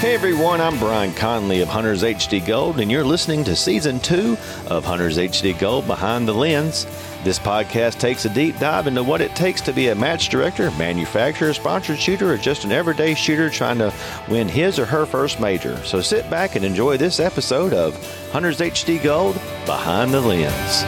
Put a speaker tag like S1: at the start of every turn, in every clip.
S1: Hey everyone, I'm Brian Conley of Hunters HD Gold, and you're listening to season two of Hunters HD Gold Behind the Lens. This podcast takes a deep dive into what it takes to be a match director, manufacturer, sponsored shooter, or just an everyday shooter trying to win his or her first major. So sit back and enjoy this episode of Hunters HD Gold Behind the Lens.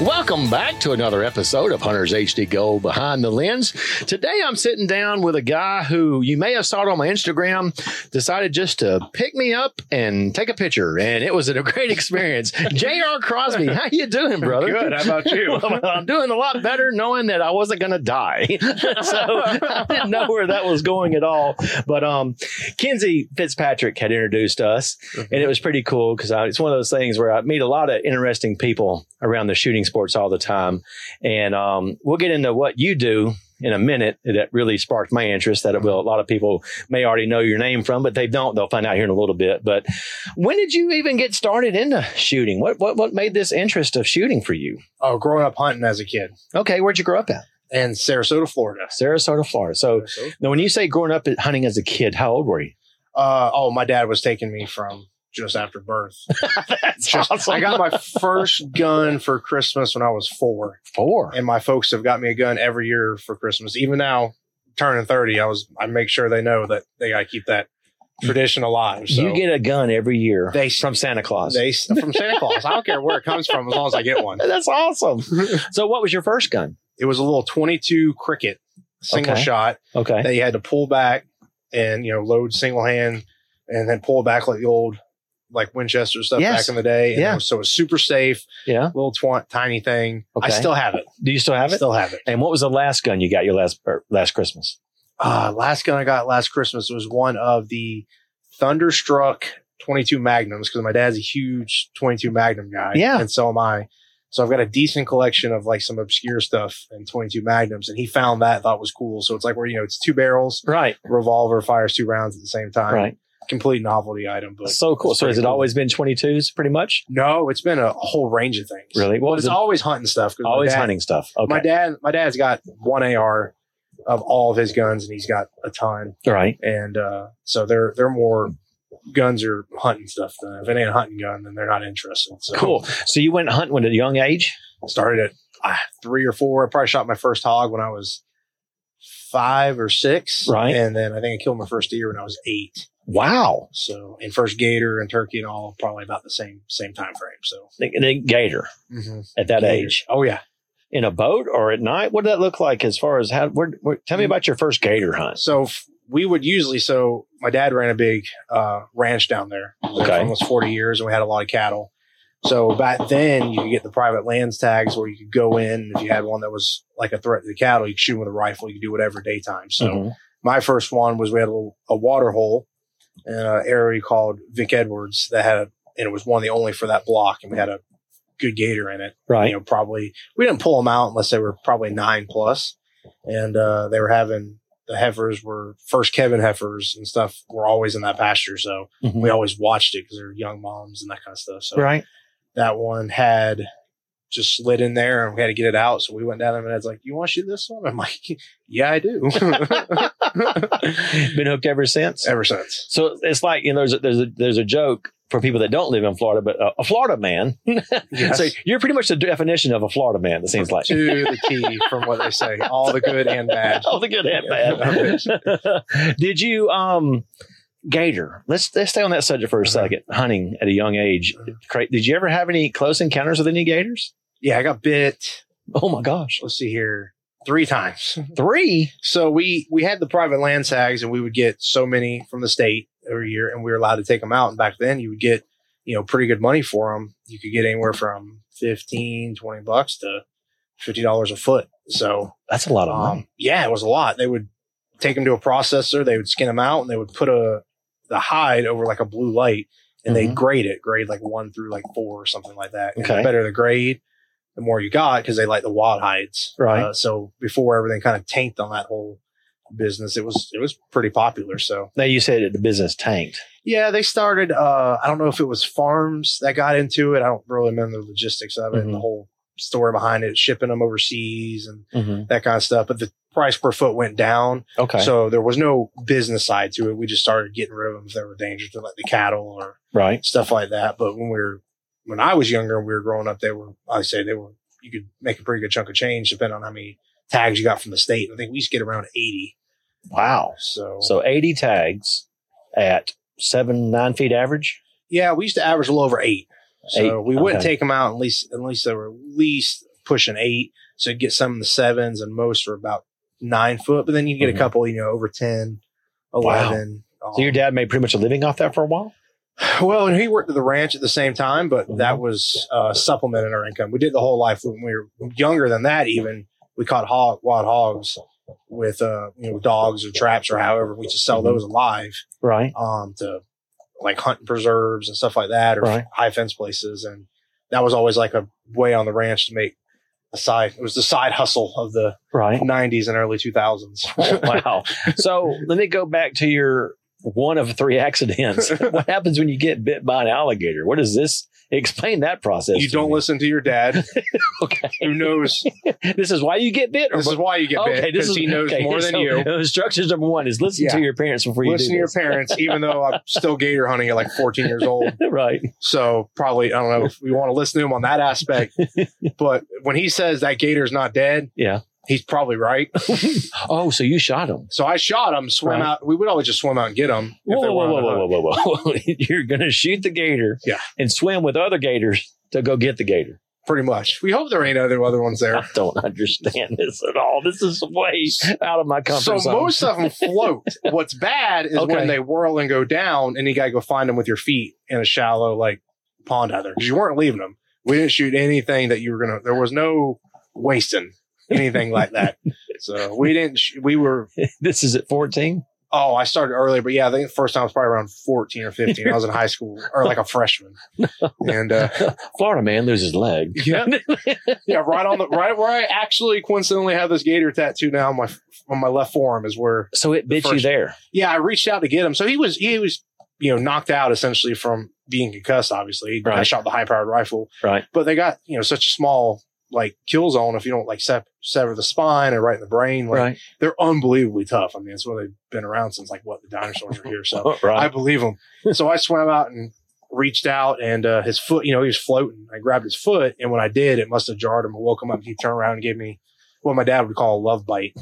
S1: Welcome back to another episode of Hunter's HD Gold Behind the Lens. Today I'm sitting down with a guy who you may have saw it on my Instagram, decided just to pick me up and take a picture, and it was a great experience. J.R. Crosby, how you doing, brother?
S2: Good. How about you?
S1: Well, I'm doing a lot better knowing that I wasn't going to die. so I didn't know where that was going at all. But um, Kenzie Fitzpatrick had introduced us, and it was pretty cool because it's one of those things where I meet a lot of interesting people around the shooting sports all the time. And um, we'll get into what you do in a minute that really sparked my interest that it will a lot of people may already know your name from but they don't they'll find out here in a little bit but when did you even get started into shooting what what, what made this interest of shooting for you
S2: Oh, growing up hunting as a kid
S1: okay where'd you grow up at
S2: in Sarasota, Florida.
S1: sarasota florida so now when you say growing up at hunting as a kid how old were you
S2: Uh, oh, my dad was taking me from just after birth.
S1: that's
S2: Just- I got my first gun for Christmas when I was four,
S1: four
S2: and my folks have got me a gun every year for Christmas. Even now, turning thirty, I was I make sure they know that they got to keep that tradition alive. So
S1: you get a gun every year
S2: They-
S1: from santa claus
S2: they from Santa Claus. I don't care where it comes from, as long as I get one.
S1: that's awesome so what was your first gun
S2: It was a little twenty-two cricket single
S1: Okay.
S2: shot.
S1: okay
S2: that you had to pull back and you know load single hand and then pull back like the old like Winchester stuff
S1: Yes.
S2: back in the day. And
S1: Yeah.
S2: it was- so it's super safe,
S1: yeah
S2: little tw- tiny thing. I
S1: Okay.
S2: still have it.
S1: do you still
S2: I
S1: have it
S2: still have it.
S1: and what was the last gun you got your last or last christmas
S2: Uh, last gun I got last Christmas was one of the Thunderstruck 22 Magnums because my dad's a huge 22 Magnum guy.
S1: Yeah.
S2: And so am I. So I've got a decent collection of like some obscure stuff and 22 Magnums. And he found that, thought was cool. So it's like where, you know, it's two barrels,
S1: right
S2: revolver fires two rounds at the same time.
S1: right
S2: complete novelty item. But
S1: so cool
S2: it's
S1: so has
S2: pretty
S1: it
S2: cool.
S1: always been 22s pretty much
S2: No, it's been a whole range of things.
S1: really what
S2: Well,
S1: was
S2: it's
S1: it
S2: always hunting stuff. 'cause my
S1: always
S2: dad-
S1: hunting stuff okay
S2: My dad, my dad's got one AR of all of his guns, and he's got a ton.
S1: right
S2: And uh, so they're they're more guns are hunting stuff. Than, if it ain't a hunting gun, then they're not interested. So
S1: cool so you went hunting at a young age
S2: Started at ah, three or four. I probably shot my first hog when I was five or six.
S1: Right.
S2: And then I think I killed my first deer when I was eight.
S1: wow
S2: So and first gator and turkey and all probably about the same same time frame. So
S1: The- the gator at that
S2: Gator.
S1: age
S2: Oh yeah.
S1: in a boat or at night what did that look like as far as how where, where, tell me
S2: Mm-hmm.
S1: about your first gator hunt
S2: So f- we would usually. So my dad ran a big uh, ranch down there for
S1: Okay.
S2: almost forty years, and we had a lot of cattle. So back then, you could get the private lands tags where you could go in. and If you had one that was like a threat to the cattle, you could shoot 'em with a rifle. You could do whatever daytime. So
S1: Mhm.
S2: my first one was we had a, little, a water hole in an area called Vic Edwards that had, a, and it was one of the only for that block, and we had a good gator in it
S1: right
S2: you know, probably we didn't pull them out unless they were probably nine plus, and uh, they were having the heifers were first Kevin heifers and stuff were always in that pasture, so
S1: Mhm.
S2: we always watched it because they're young moms and that kind of stuff. So
S1: right
S2: that one had just slid in there and we had to get it out, so we went down there and it's like, "You want to shoot this one?" I'm like, "Yeah, I do."
S1: been hooked ever since
S2: Ever since,
S1: so it's like you know there's a, there's a there's a joke for people that don't live in Florida, but uh, a Florida man.
S2: Yes.
S1: So you're pretty much the definition of a Florida man. It seems like
S2: to the key from what they say, all the good and bad.
S1: all the good and bad. Did you um Gator? Let's let's stay on that subject for a
S2: Uh-huh.
S1: second. Hunting at a young age. Cra- Did you ever have any close encounters with any gators?
S2: Yeah, I got bit.
S1: Oh my gosh,
S2: Let's see here, three times.
S1: three!
S2: So we we had the private land tags, and we would get so many from the state every year, and we were allowed to take them out. And back then, you would get you know pretty good money for them. You could get anywhere from 15, 20 bucks to fifty dollars a foot. So
S1: That's a lot of money.
S2: um, yeah, it was a lot. They would take them to a processor, they would skin them out, and they would put a the hide over like a blue light, and
S1: Mhm.
S2: they'd grade it, grade like one through like four or something like that. And
S1: Okay.
S2: the better the grade, the more you got because they like the wild hides.
S1: Right.
S2: Uh, so before everything kind of tanked on that whole business, it was it was pretty popular. So
S1: Now you said that the business tanked.
S2: yeah, they started. Uh, I don't know if it was farms that got into it. I don't really remember the logistics of it and the
S1: Mhm.
S2: Mm-hmm. whole story behind it, shipping them overseas and that kind of stuff. But the price per foot went down.
S1: Okay.
S2: So there was no business side to it. We just started getting rid of them if they were dangerous to like the cattle or
S1: right.
S2: stuff like that. But when we were when I was younger and we were growing up, they were I say they were you could make a pretty good chunk of change depending on how many tags you got from the state. I think we used to get around eighty.
S1: Wow.
S2: So,
S1: So 80 tags at seven, nine feet average.
S2: yeah, we used to average a little over eight. So
S1: Eight,
S2: we wouldn't
S1: okay.
S2: take them out unless unless they were at least pushing eight. So you'd get some in the sevens and most were about nine foot, but then you get
S1: Mhm.
S2: a couple, you know, over 10,
S1: Wow.
S2: 11.
S1: So your dad made pretty much a living off that for a while?
S2: Well, and he worked at the ranch at the same time, but
S1: Mhm.
S2: that was uh, supplementing our income. We did the whole life when we were younger than that. Even we caught hog, wild hogs with uh, you know dogs or traps or however. We just sell
S1: Mhm.
S2: those alive
S1: Right.
S2: um, to like hunting preserves and stuff like that, or
S1: Right.
S2: high fence places. And that was always like a way on the ranch to make a side. It was the side hustle of the
S1: Right.
S2: '90s and early 2000s.
S1: wow. So let me go back to your one of three accidents. what happens when you get bit by an alligator? What is this? Explain that process.
S2: you
S1: to
S2: don't
S1: me.
S2: listen to your dad,
S1: Okay.
S2: who knows.
S1: This is why you get bit. Or
S2: This is why you get bit because he knows
S1: okay,
S2: more than
S1: so
S2: you.
S1: Instructions number one is listen to
S2: Yeah.
S1: your parents before you
S2: listen to
S1: do
S2: your
S1: this.
S2: parents, even though I'm still gator hunting at like 14 years old.
S1: right.
S2: So probably I don't know if we want to listen to him on that aspect. But when he says that gator's not dead,
S1: Yeah.
S2: he's probably right.
S1: Oh, so you shot him.
S2: So I shot him, swim
S1: Right.
S2: out. We would always just swim out and get him.
S1: Whoa, whoa, whoa,
S2: on a
S1: whoa,
S2: hunt.
S1: whoa, whoa, whoa, You're going to shoot the gator
S2: Yeah.
S1: and swim with other gators to go get the gator.
S2: Pretty much. We hope there ain't other other ones
S1: I
S2: there.
S1: don't understand this at all. This is way out of my comfort
S2: So
S1: zone.
S2: most of them float. What's bad is
S1: Okay.
S2: when they whirl and go down, and you gotta go find them with your feet in a shallow like pond out there because you weren't leaving them. We didn't shoot anything that you were gonna. There was no wasting anything like that. So we didn't. Sh- we were.
S1: this is at 14.
S2: Oh, I started earlier, but yeah, I think the first time was probably around fourteen or fifteen. I was in high school or like a freshman, and uh,
S1: Florida man loses leg.
S2: yeah, yeah, right on the right where I actually coincidentally have this gator tattoo now on my on my left forearm is where
S1: So it bit you
S2: first-
S1: there.
S2: yeah, I reached out to get him. So he was he was you know knocked out essentially from being concussed. Obviously, I
S1: Right.
S2: shot the high powered rifle,
S1: Right.
S2: but they got you know such a small like kill zone if you don't like sep- sever the spine or right in the brain. Like,
S1: Right.
S2: They're unbelievably tough. I mean, it's where they've been around since like what the dinosaurs were here. So
S1: Oh, Right.
S2: I believe them. So I swam out and reached out, and uh, his foot, you know, he was floating. I grabbed his foot, and when I did, it must have jarred him. I woke him up. He turned around and gave me what my dad would call a love bite,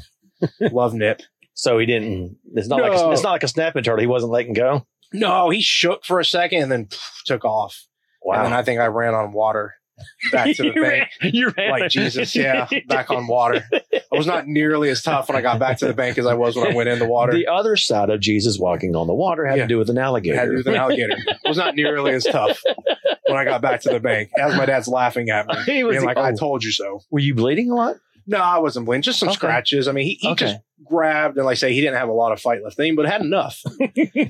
S2: love nip.
S1: so he didn't. It's not like a,
S2: No.
S1: it's not like a snapping turtle. He wasn't letting go.
S2: No, he shook for a second and then pff, took off. And then I think I ran on water back to the
S1: You
S2: bank.
S1: ran- you ran.
S2: Like Jesus, yeah, back on water. I was not nearly as tough when I got back to the bank as I was when I went in the water.
S1: The other side of Jesus walking on the water had
S2: Yeah.
S1: to do with an
S2: It
S1: alligator.
S2: had to do with an alligator. I was not nearly as tough when I got back to the bank. As my dad's laughing at me,
S1: He was
S2: being like, "I
S1: oh,
S2: told you so."
S1: Were you bleeding a lot?
S2: No, I wasn't bleeding. Just some
S1: Okay.
S2: scratches. I mean, he, he
S1: Okay.
S2: just grabbed and like I say he didn't have a lot of fight left in him, but had enough.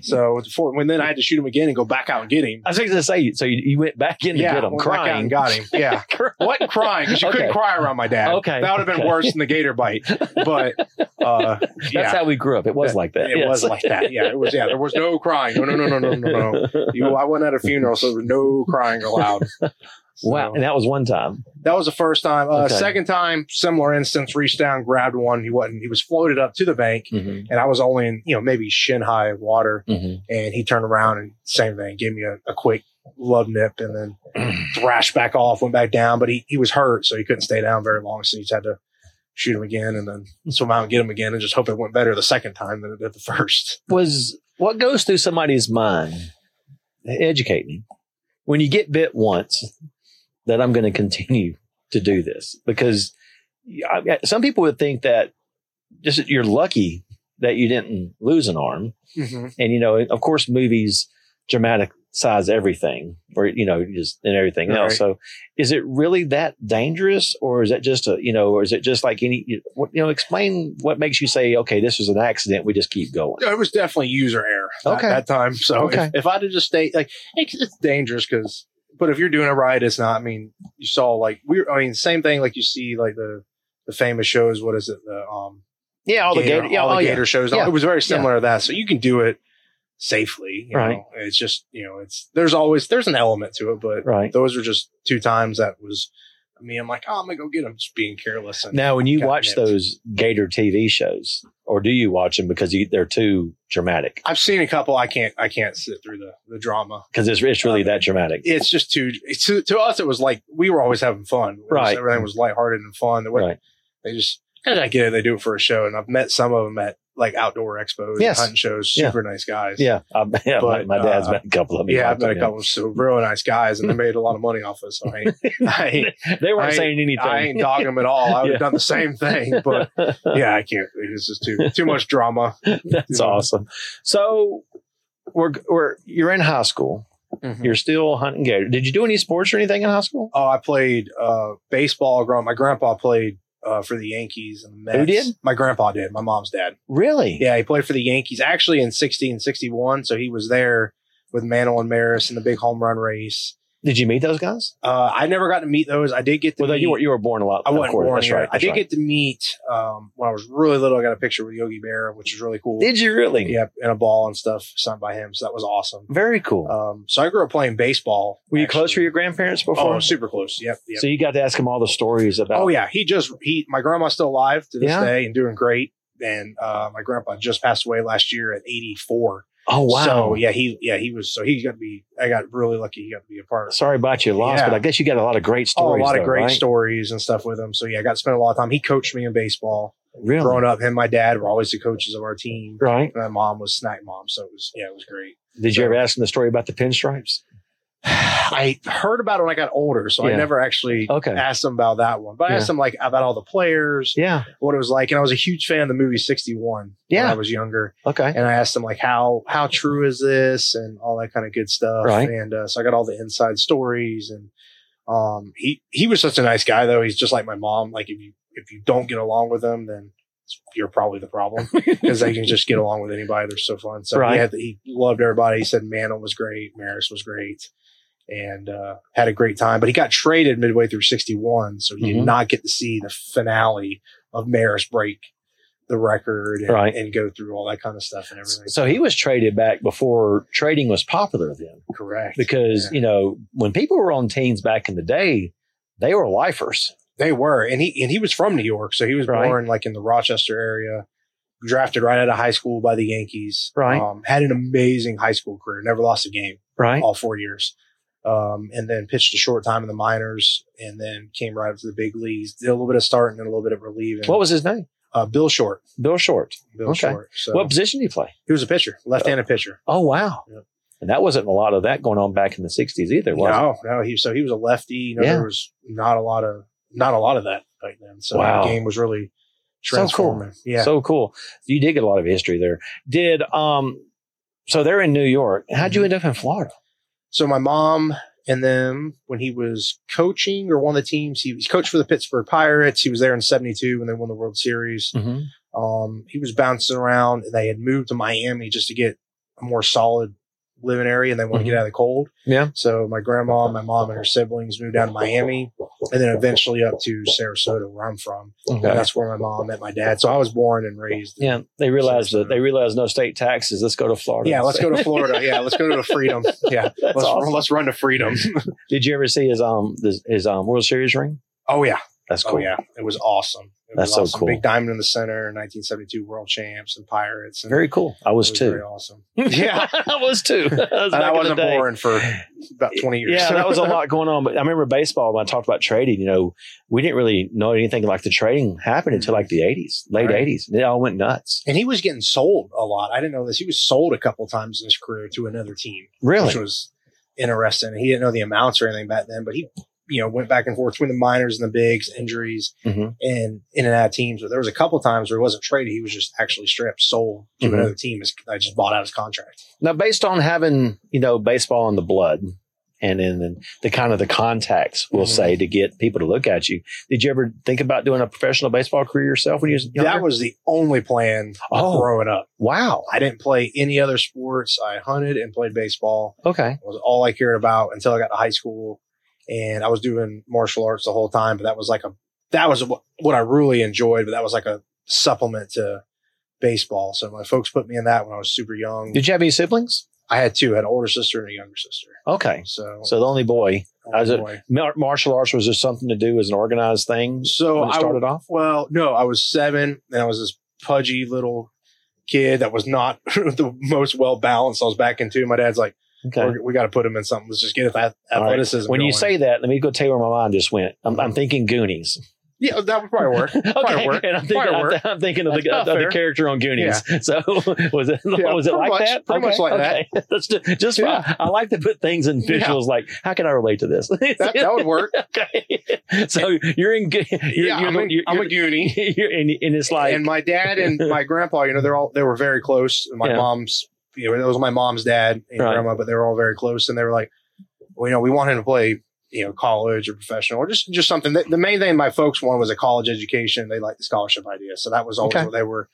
S2: so before, when then I had to shoot him again and go back out and get him.
S1: I was going to say, so you, you went back in to get him
S2: went back out
S1: crying.
S2: and got him. Yeah. wasn't crying because you couldn't
S1: Okay.
S2: cry around my dad.
S1: Okay,
S2: that would have been
S1: okay.
S2: worse than the gator bite. But uh,
S1: That's
S2: yeah,
S1: how we grew up. It was like that.
S2: it was like that. Yeah, it was. Yeah, there was no crying. No, no, no, no, no, no, no. You, I went at a funeral, so there was no crying allowed. So,
S1: Wow. And that was one time.
S2: that was the first time. Uh,
S1: Okay.
S2: Second time, similar instance. Reached down, grabbed one. He wasn't. He was floated up to the bank, and I was only in you know maybe shin high of water.
S1: Mm-hmm.
S2: And he turned around and same thing, gave me a, a quick love nip, and then thrashed back off, went back down, but he, he was hurt, so he couldn't stay down very long. So he just had to shoot him again and then swim out and get him again and just hope it went better the second time than it did the first.
S1: Was what goes through somebody's mind? Educate me. When you get bit once, that I'm going to continue to do this because I, some people would think that just you're lucky that you didn't lose an arm. and you know of course movies dramatize everything or you know just and everything
S2: Right.
S1: else so is it really that dangerous or is that just a you know or is it just like any you what- you know explain what makes you say okay this was an accident we just keep going
S2: It was definitely user error at
S1: Okay.
S2: that time. So
S1: Okay.
S2: if, if I'd have just stayed, like, it's, it's dangerous because, but if you're doing it right, it's not. I mean, you saw like, we're, I mean, same thing like you see like the, the famous shows, what is it? The, um,
S1: yeah all the gator yeah,
S2: all the
S1: oh, yeah.
S2: gator shows.
S1: Yeah.
S2: It was very similar to that. So you can do it safely. you
S1: Right.
S2: know. It's just, you know, it's there's always there's an element to it, but
S1: right
S2: those are just two times that was I mean, I'm like, oh, I'm gonna go get them, just being careless. And
S1: Now, when you
S2: Got
S1: watch
S2: nipped.
S1: those Gator TV shows, or do you watch them because you, they're too dramatic?
S2: I've seen a couple. I can't. I can't sit through the the drama.
S1: Because it's, it's really that dramatic.
S2: It's just too. It's, to, to us, it was like we were always having fun. It was-
S1: Right.
S2: everything was lighthearted and fun. The way
S1: Right.
S2: they just, and I get it. They do it for a show, and I've met some of them at like outdoor expos, and
S1: Yes.
S2: hunting shows.
S1: Yeah.
S2: Super nice guys.
S1: Yeah. I, yeah my,
S2: But,
S1: my dad's
S2: uh,
S1: met a couple of them.
S2: Yeah, I've met a couple of so real nice guys, and they made a lot of money off us. So I ain't, I ain't,
S1: They
S2: I
S1: weren't
S2: ain't-
S1: saying anything.
S2: I ain't dogging them at all. I would
S1: Yeah.
S2: have done the same thing, but yeah, I can't. It's just too too much drama.
S1: That's awesome. So we're we're you're in high school.
S2: Mm-hmm.
S1: You're still hunting gator. Did you do any sports or anything in high school?
S2: Oh, I played uh, baseball. Growing, my grandpa played uh, for the Yankees and the Mets.
S1: Who did?
S2: My grandpa did. My mom's dad.
S1: Really?
S2: Yeah, he played for the Yankees actually in 60 and 61. So he was there with Mantle and Maris in the big home run race.
S1: Did you meet those guys?
S2: Uh, I never got to meet those. I did get to
S1: Well, though
S2: meet.
S1: you were you were born a lot.
S2: I
S1: of
S2: wasn't
S1: course.
S2: born
S1: That's
S2: here.
S1: right.
S2: I
S1: That's
S2: did
S1: right.
S2: get to meet um, when I was really little. I got a picture with Yogi Berra, which was really cool.
S1: Did you really?
S2: Yep, and a ball and stuff signed by him. So that was awesome.
S1: Very cool.
S2: Um, so I grew up playing baseball.
S1: were you close to
S2: actually.
S1: your grandparents before?
S2: Oh, super close. Yep. yep.
S1: So you got to ask them all the stories about.
S2: Oh yeah, he just he. My grandma's still alive to this
S1: Yeah.
S2: day and doing great. And uh, my grandpa just passed away last year at 84.
S1: Oh wow.
S2: So yeah, he yeah he was so he got to be. I got really lucky. He got to be a part. of
S1: Sorry about your loss,
S2: Yeah.
S1: but I guess you got a lot of great
S2: Oh,
S1: stories.
S2: a lot
S1: though,
S2: of great
S1: right?
S2: stories and stuff with him. So yeah, I got to spend a lot of time. He coached me in baseball
S1: Really?
S2: growing up. Him, and my dad were always the coaches of our team.
S1: Right?
S2: My mom was snack mom, so it was yeah, it was great.
S1: Did you
S2: So-
S1: ever ask them the story about the pinstripes?
S2: I heard about it when I got older, so
S1: Yeah. Oh,
S2: I never actually
S1: Okay.
S2: asked them about that one. But I asked them like about all the players,
S1: Yeah.
S2: what it was like, and I was a huge fan of the movie Sixty One.
S1: Yeah.
S2: when I was younger,
S1: Okay.
S2: and I asked them like how how true is this and all that kind of good stuff.
S1: Right.
S2: and uh, so I got all the inside stories, and um, he he was such a nice guy though. He's just like my mom. Like if you if you don't get along with them, then you're probably the problem because they can just get along with anybody. They're so fun. So
S1: Right.
S2: he, had he loved everybody. He said Mantle was great, Maris was great, and uh, had a great time. But he got traded midway through '61, so he
S1: Mhm.
S2: did not get to see the finale of Maris break the record and,
S1: Right.
S2: and go through all that kind of stuff and everything.
S1: So he was traded back before trading was popular then,
S2: correct
S1: because
S2: Yeah.
S1: you know when people were on teams back in the day, they were lifers.
S2: they were, and he and he was from New York, so he was
S1: Right.
S2: born like in the Rochester area. Drafted right out of high school by the Yankees.
S1: Right.
S2: Um, had an amazing high school career. Never lost a game.
S1: Right.
S2: all four years. Um, and then pitched a short time in the minors and then came right up to the big leagues. Did a little bit of starting and a little bit of relieving.
S1: What was his name?
S2: uh, Bill Short?
S1: Bill Short.
S2: Bill
S1: Okay.
S2: Short. So
S1: What position did he play?
S2: he was a pitcher, left-handed pitcher.
S1: Oh wow.
S2: Yeah.
S1: And that wasn't a lot of that going on back in the sixties either, was it?
S2: oh, No, no. He so he was a lefty. You know,
S1: Yeah.
S2: there was not a lot of not a lot of that back then. So
S1: Wow.
S2: the game was really
S1: So cool.
S2: transforming. Yeah.
S1: So cool. You did get a lot of history there. Did um so they're in New York. How'd
S2: Mm-hmm.
S1: you end up in Florida?
S2: So my mom and them, when he was coaching or one of the teams, he was coached for the Pittsburgh Pirates. He was there in '72 when they won the World Series.
S1: Mm-hmm.
S2: Um, he was bouncing around and they had moved to Miami just to get a more solid living area and they want
S1: Mhm.
S2: to get out of the cold.
S1: Yeah.
S2: So my grandma, my mom and her siblings moved down to Miami and then eventually up to Sarasota where I'm from.
S1: Okay.
S2: And that's where my mom met my dad. So I was born and raised.
S1: yeah, they realized that they realized no state taxes. Let's go to Florida.
S2: Yeah, let's go to Florida. Yeah, let's go to freedom. Yeah.
S1: That's
S2: let's
S1: awesome.
S2: let's run to freedom.
S1: Did you ever see his um his, his um World Series ring?
S2: Oh yeah.
S1: That's cool.
S2: Oh yeah. It was awesome. It
S1: That's
S2: was
S1: so
S2: awesome.
S1: cool.
S2: Big diamond in the center, 1972 world champs and pirates. And
S1: Very cool. I was,
S2: it
S1: too.
S2: very awesome. Yeah.
S1: I was too. That was back
S2: and I
S1: in the
S2: wasn't
S1: day.
S2: born for about 20 years.
S1: Yeah, that was a lot going on. But I remember baseball when I talked about trading. You know, we didn't really know anything like the trading happened until like the eighties, late
S2: Right.
S1: eighties. It all went nuts.
S2: and he was getting sold a lot. I didn't know this. He was sold a couple times in his career to another team,
S1: Really?
S2: which was interesting. He didn't know the amounts or anything back then, but he, you know, went back and forth between the minors and the bigs, injuries,
S1: Mhm.
S2: and in and out of teams. But there was a couple times where he wasn't traded. He was just actually stripped, sold to
S1: Mhm.
S2: another team. His- I just bought out his contract.
S1: Now, based on having you know baseball in the blood and in the, the kind of the contacts, we'll
S2: Mhm.
S1: say, to get people to look at you, did you ever think about doing a professional baseball career yourself when you was younger?
S2: That was the only plan
S1: Oh.
S2: growing up.
S1: wow.
S2: I didn't play any other sports. I hunted and played baseball.
S1: Okay.
S2: was all I cared about until I got to high school. And I was doing martial arts the whole time, but that was like a that was wh- what I really enjoyed. But that was like a supplement to baseball. So my folks put me in that when I was super young.
S1: Did you have any siblings?
S2: I had two, I had an older sister and a younger sister.
S1: Okay.
S2: So, oh
S1: So the only boy. I was a-
S2: boy.
S1: Mar- martial arts was there something to do as an organized thing
S2: So
S1: when it
S2: I
S1: started off?
S2: Well, no, I was seven and I was this pudgy little kid that was not the most well balanced. I was back into my dad's like,
S1: Okay.
S2: "We're- we got to put him in something. Let's just get ath-
S1: All right.
S2: athleticism.
S1: When you
S2: going."
S1: say that, let me go tell you where my mind just went. I'm, I'm thinking Goonies.
S2: yeah, that would probably work.
S1: Okay,
S2: Firework.
S1: and I'm thinking, I'm,
S2: Firework.
S1: I'm thinking of, the,
S2: That's
S1: of the
S2: fair.
S1: character on Goonies. So was it
S2: Yeah,
S1: was it
S2: pretty
S1: like
S2: much-
S1: that?
S2: pretty much like that.
S1: that. That's just, just
S2: Yeah.
S1: I, I like to put things in
S2: Yeah.
S1: visuals. Like how can I relate to this?
S2: That, that would work.
S1: okay, so you're in. Go- You're,
S2: yeah,
S1: you're,
S2: I'm, a,
S1: you're,
S2: I'm a
S1: you're-
S2: goonie.
S1: you're in, and it's like
S2: and my dad and my grandpa, you know, they're all they were very close. And my
S1: Yeah.
S2: mom's, you know, it was my mom's dad and
S1: Right.
S2: grandma, but they were all very close. And they were like, well, you know, we want him to play, you know, college or professional or just just something. The, the main thing my folks wanted was a college education. They liked the scholarship idea, so that was always
S1: Okay.
S2: what they were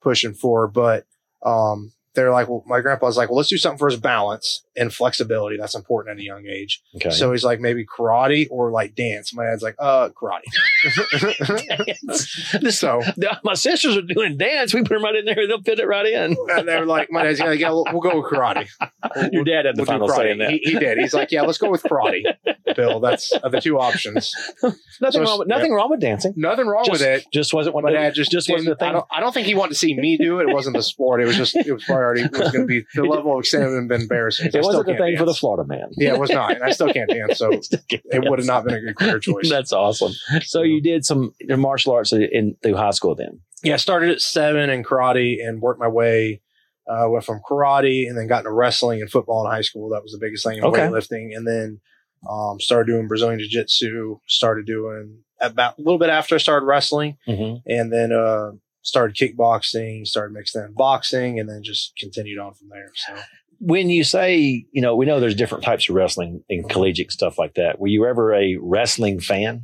S2: pushing for. But um, they're like, well, my grandpa's like, well, let's do something for his balance and flexibility. That's important at a young age.
S1: okay.
S2: So he's like, maybe karate or like dance. My dad's like, uh, karate.
S1: this,
S2: so
S1: my sisters are doing dance. We put them right in there. They'll fit it right in.
S2: and they were like, "My dad's like, yeah, we'll, we'll go with karate."
S1: Your dad had the
S2: We'll do
S1: final
S2: karate.
S1: say in that.
S2: He, he did. He's like, "Yeah, let's go with karate." Bill, that's of the two options.
S1: nothing
S2: So-
S1: wrong. With, nothing wrong with dancing.
S2: Nothing wrong
S1: Just-
S2: with it.
S1: Just wasn't one.
S2: My dad just,
S1: just wasn't
S2: didn't-
S1: the thing.
S2: I don't, I don't think he wanted to see me do it. It wasn't the sport. It was just it was priority. It was going to be the level of extent would have been embarrassing.
S1: It
S2: I still
S1: wasn't the
S2: can't
S1: thing for the
S2: dance.
S1: Florida man.
S2: Yeah, it was not, and I still can't dance, so it would have not been a good career choice.
S1: That's awesome. So you did some martial arts in through high school then.
S2: yeah, I started at seven in karate and worked my way. Uh, went from karate and then got into wrestling and football in high school. That was the biggest thing. And
S1: Okay.
S2: weightlifting, and then um, started doing Brazilian jiu jitsu. Started doing about a little bit after I started wrestling, and then uh, started kickboxing. Started mixing in boxing, and then just continued on from there. So
S1: When you say, you know, we know there's different types of wrestling and collegiate stuff like that. Were you ever a wrestling fan?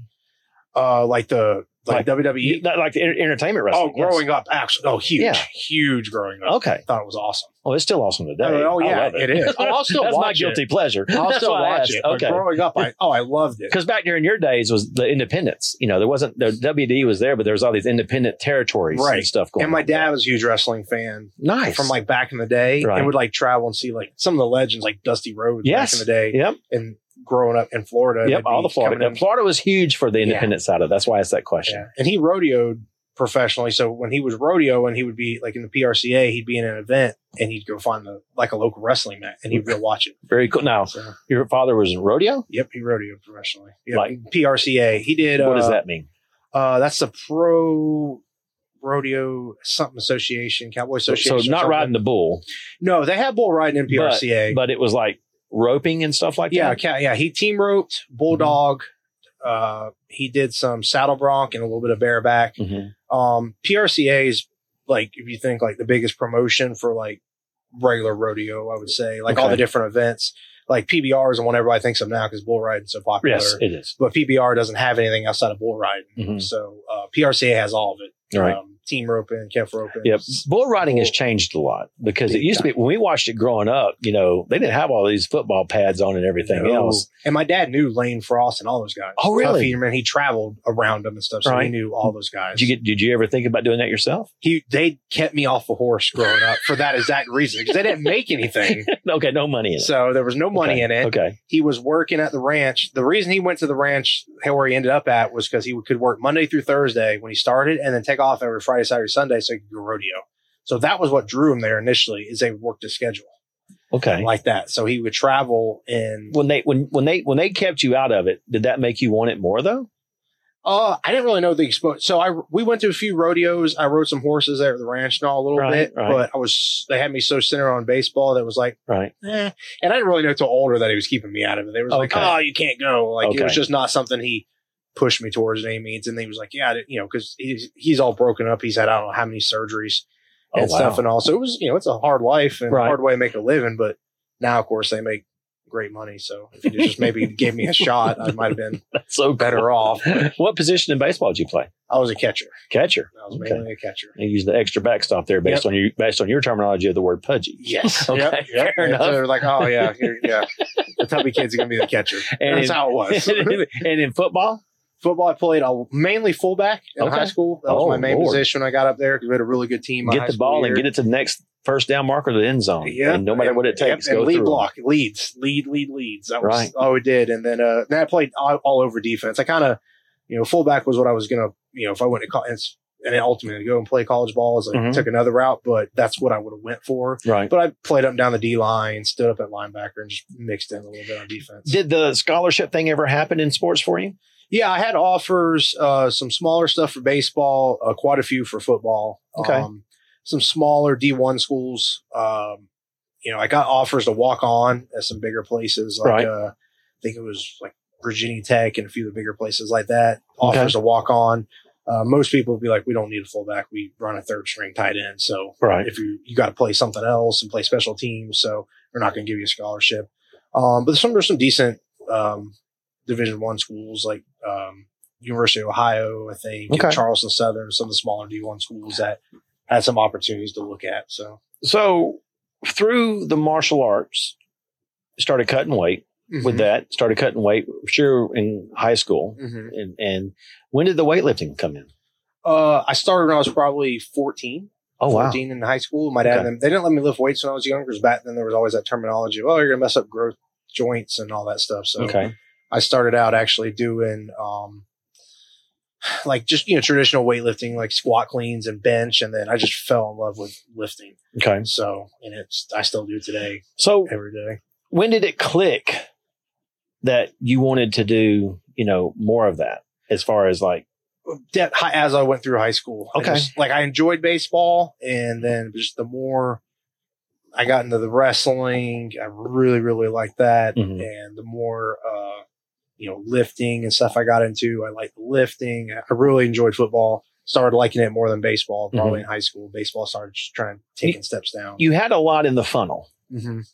S2: uh, like the like, E WWE.
S1: Not like the en- entertainment
S2: oh,
S1: wrestling. yes.
S2: growing up, actually, oh, huge,
S1: Yeah. Oh.
S2: huge growing up.
S1: Okay.
S2: I thought it was awesome.
S1: Oh, it's still awesome today.
S2: oh
S1: I
S2: yeah,
S1: love
S2: it is. Oh, I'll still
S1: That's my
S2: watch it.
S1: guilty pleasure.
S2: I'll
S1: That's
S2: still
S1: why I
S2: watch
S1: asked.
S2: it. but
S1: Okay.
S2: Growing up, I oh, I loved it.
S1: Because back during your days was the independence. You know, there wasn't the WD was there, but there was all these independent territories
S2: Right.
S1: and stuff going.
S2: And my
S1: on.
S2: dad was a huge wrestling fan
S1: nice
S2: from like back in the day,
S1: Right.
S2: and would like travel and see like some of the legends, like Dusty Rhodes
S1: Yes.
S2: back in the day,
S1: yep,
S2: and growing up in Florida.
S1: yep,
S2: they'd
S1: all
S2: be
S1: the Florida.
S2: coming in-
S1: And Florida was huge for the
S2: Yeah.
S1: independent side of. it. That's why I asked that question.
S2: Yeah. And he rodeoed professionally. So when he was rodeo and he would be like in the PRCA, he'd be in an event and he'd go find the like a local wrestling match and he'd go watch it.
S1: Very cool. Now
S2: So
S1: your father was in rodeo.
S2: yep, he rodeoed professionally. Yep.
S1: Like-
S2: PRCA. He did
S1: what
S2: uh,
S1: does that mean?
S2: Uh, that's the pro rodeo something association, cowboy
S1: So,
S2: association. or
S1: not
S2: something.
S1: riding the bull,
S2: No, they had bull riding in PRCA.
S1: but it was like roping and stuff like
S2: yeah,
S1: that.
S2: ca- yeah. He team roped bulldog. Uh, he did some saddle bronc and a little bit of bareback.
S1: Mhm.
S2: Um, PRCA is like if you think like the biggest promotion for like regular rodeo, I would say like all
S1: Okay.
S2: the different events. Like PBR is the one everybody thinks of now because bull riding's so popular.
S1: Yes, it is.
S2: But PBR doesn't have anything outside of bull riding,
S1: Mhm.
S2: so uh, PRCA has all of it.
S1: All right.
S2: um, team roping, calf roping.
S1: Yep. Bull riding has
S2: Bull-
S1: changed a lot because it used to be when we watched it growing up, you know, they didn't have all these football pads on and everything
S2: No.
S1: else.
S2: And my dad knew Lane Frost and all those guys.
S1: Oh,
S2: Tough
S1: really?
S2: Peterman. He traveled around them and stuff, so
S1: Right.
S2: he knew all those guys.
S1: Did you get? Did you ever think about doing that yourself?
S2: he they kept me off a horse growing up for that exact reason because they didn't make anything,
S1: okay, no money in it.
S2: so there was no money
S1: Okay,
S2: in it.
S1: Okay,
S2: He was working at the ranch. The reason he went to the ranch where he ended up at was because he could work Monday through Thursday when he started, and then take off every Friday, Saturday, Sunday, so he could do rodeo. So that was what drew him there initially. Is they worked a schedule
S1: okay.
S2: like that, so he would travel and
S1: When they when when they when they kept you out of it, did that make you want it more though?
S2: Uh, I didn't really know the expo. So I we went to a few rodeos. I rode some horses there at the ranch and all a little
S1: Right,
S2: bit,
S1: right.
S2: but I was they had me so centered on baseball that it was like,
S1: Right.
S2: eh. and I didn't really know till older that he was keeping me out of it. They was like,
S1: Okay.
S2: oh, you can't go. Like it was
S1: Okay.
S2: just not something he pushed me towards any means. And he was like, yeah, I didn't- you know, because he's he's all broken up. He's had I don't know how many surgeries
S1: Oh
S2: and stuff
S1: wow.
S2: and all. So it was you know it's a hard life and
S1: Right.
S2: hard way to make a living. But now of course they make great money. So if you just maybe gave me a shot, I might have been
S1: That's so
S2: better off.
S1: cool. What position in baseball did you play?
S2: I was a catcher.
S1: Catcher.
S2: I was
S1: Okay.
S2: mainly a catcher.
S1: They use the extra backstop there based on your based on your terminology of the word pudgy.
S2: Yes.
S1: Okay,
S2: Yep. yep.
S1: fair
S2: And
S1: enough.
S2: so they're like, oh yeah, you're- yeah. The tubby kid's gonna be the catcher.
S1: And
S2: That's
S1: in-
S2: how it was.
S1: and in football,
S2: Football, I played uh, mainly fullback in
S1: Okay.
S2: high school. That
S1: Oh,
S2: was my main
S1: Lord.
S2: position when I got up there. 'cause We had a really good team. my
S1: get
S2: high
S1: the
S2: school
S1: ball
S2: year.
S1: and get it to the next first down marker to the end zone.
S2: Yeah.
S1: And no matter what it
S2: Yep,
S1: takes,
S2: and
S1: go
S2: lead
S1: through 'em.
S2: block, leads, lead, lead, leads. That was
S1: Right.
S2: all we did. And then, uh, then I played all, all over defense. I kind of, you know, fullback was what I was gonna, you know, if I went to college and then ultimately go and play college ball, is I
S1: Mhm.
S2: took another route, but that's what I would have went for.
S1: Right.
S2: But I played up and down the D line, stood up at linebacker, and just mixed in a little bit on defense.
S1: Did the scholarship thing ever happen in sports for you?
S2: Yeah, I had offers, uh, some smaller stuff for baseball, uh, quite a few for football.
S1: Okay.
S2: Um, some smaller D1 schools. Um, you know, I got offers to walk on at some bigger places.
S1: Right.
S2: Like, uh, I think it was like Virginia Tech and a few of the bigger places like that. Offers to walk on. Uh, most people would be like, we don't need a fullback. We run a third string tight end. So
S1: Right.
S2: if you you got to play something else and play special teams, so we're not going to give you a scholarship. Um, but some there's some decent um, Division One schools like um, University of Ohio, I think, and
S1: Okay.
S2: Charleston Southern, some of the smaller D one schools that had some opportunities to look at. So
S1: So through the martial arts, started cutting weight with that, started cutting weight, sure, in high school.
S2: Mhm.
S1: And, and when did the weightlifting come in?
S2: Uh, I started when I was probably 14,
S1: Oh, wow.
S2: 14 in high school. My dad
S1: Okay.
S2: and them, they didn't let me lift weights when I was younger because back then there was always that terminology of, oh, you're going to mess up growth joints and all that stuff. So
S1: Okay.
S2: I started out actually doing um like just you know traditional weightlifting like squat cleans and bench and then I just fell in love with lifting.
S1: Okay.
S2: So and it's I still do today
S1: So
S2: every day.
S1: when did it click that you wanted to do, you know, more of that as far as like,
S2: That hi- as I went through high school. I
S1: Okay.
S2: just- like I enjoyed baseball and then just the more I got into the wrestling, I really really liked that
S1: Mhm.
S2: and the more uh you know lifting and stuff I got into, I liked lifting. I really enjoyed football. Started liking it more than baseball probably in high school. Baseball started just trying taking steps down.
S1: you had a lot in the funnel.
S2: Mhm.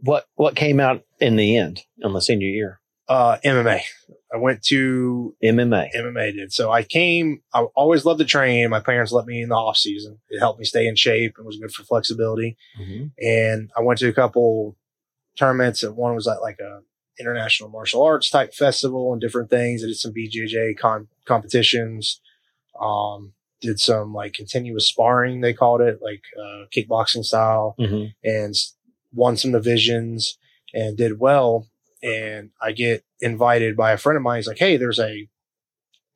S1: What, what came out in the end on the senior year?
S2: uh, MMA. I went to
S1: MMA.
S2: MMA, did so I came. I always loved to train. My parents let me in the off season. It helped me stay in shape and was good for flexibility.
S1: Mm-hmm.
S2: And I went to a couple tournaments, and one was at like a international martial arts type festival and different things. I did some BJJ con- competitions. Um, did some like continuous sparring, they called it, like uh, kickboxing style
S1: hmm
S2: and s- won some divisions and did well. And I get invited by a friend of mine. He's like, "Hey, there's a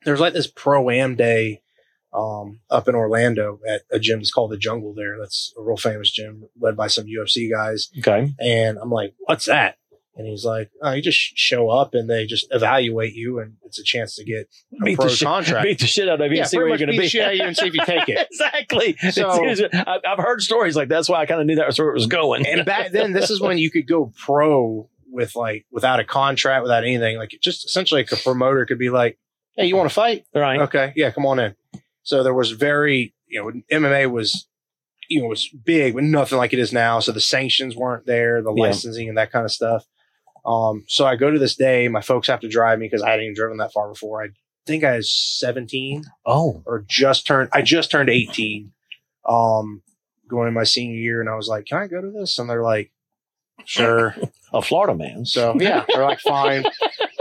S2: there's like this pro am day um, up in Orlando at a gym that's called the Jungle. There, that's a real famous gym led by some UFC guys.
S1: Okay.
S2: And I'm like, "What's that?" And he's like, oh, "You just sh- show up and they just evaluate you, and it's a chance to get a
S1: Beat the
S2: pro
S1: shit-
S2: contract.
S1: Beat the shit out of you and see where
S2: pretty
S1: you're
S2: much
S1: going to
S2: beat the
S1: be.
S2: shit out of you and see if you take it."
S1: exactly.
S2: So-
S1: It's- it's- I- I've heard stories like that's why I kind of knew that was where it was going.
S2: and back then this is when you could go pro with like without a contract without anything like just essentially like a promoter could be like hey you want to fight
S1: right.
S2: okay yeah come on in so there was very you know mma was you know was big but nothing like it is now so the sanctions weren't there the
S1: Yeah.
S2: licensing and that kind of stuff um so i go to this day my folks have to drive me because i hadn't even driven that far before i think i was 17
S1: Oh.
S2: or just turned I just turned 18 um going in my senior year and I was like, "Can I go to this?" And they're like, "Sure."
S1: A Florida man.
S2: So, yeah, they're like, "Fine."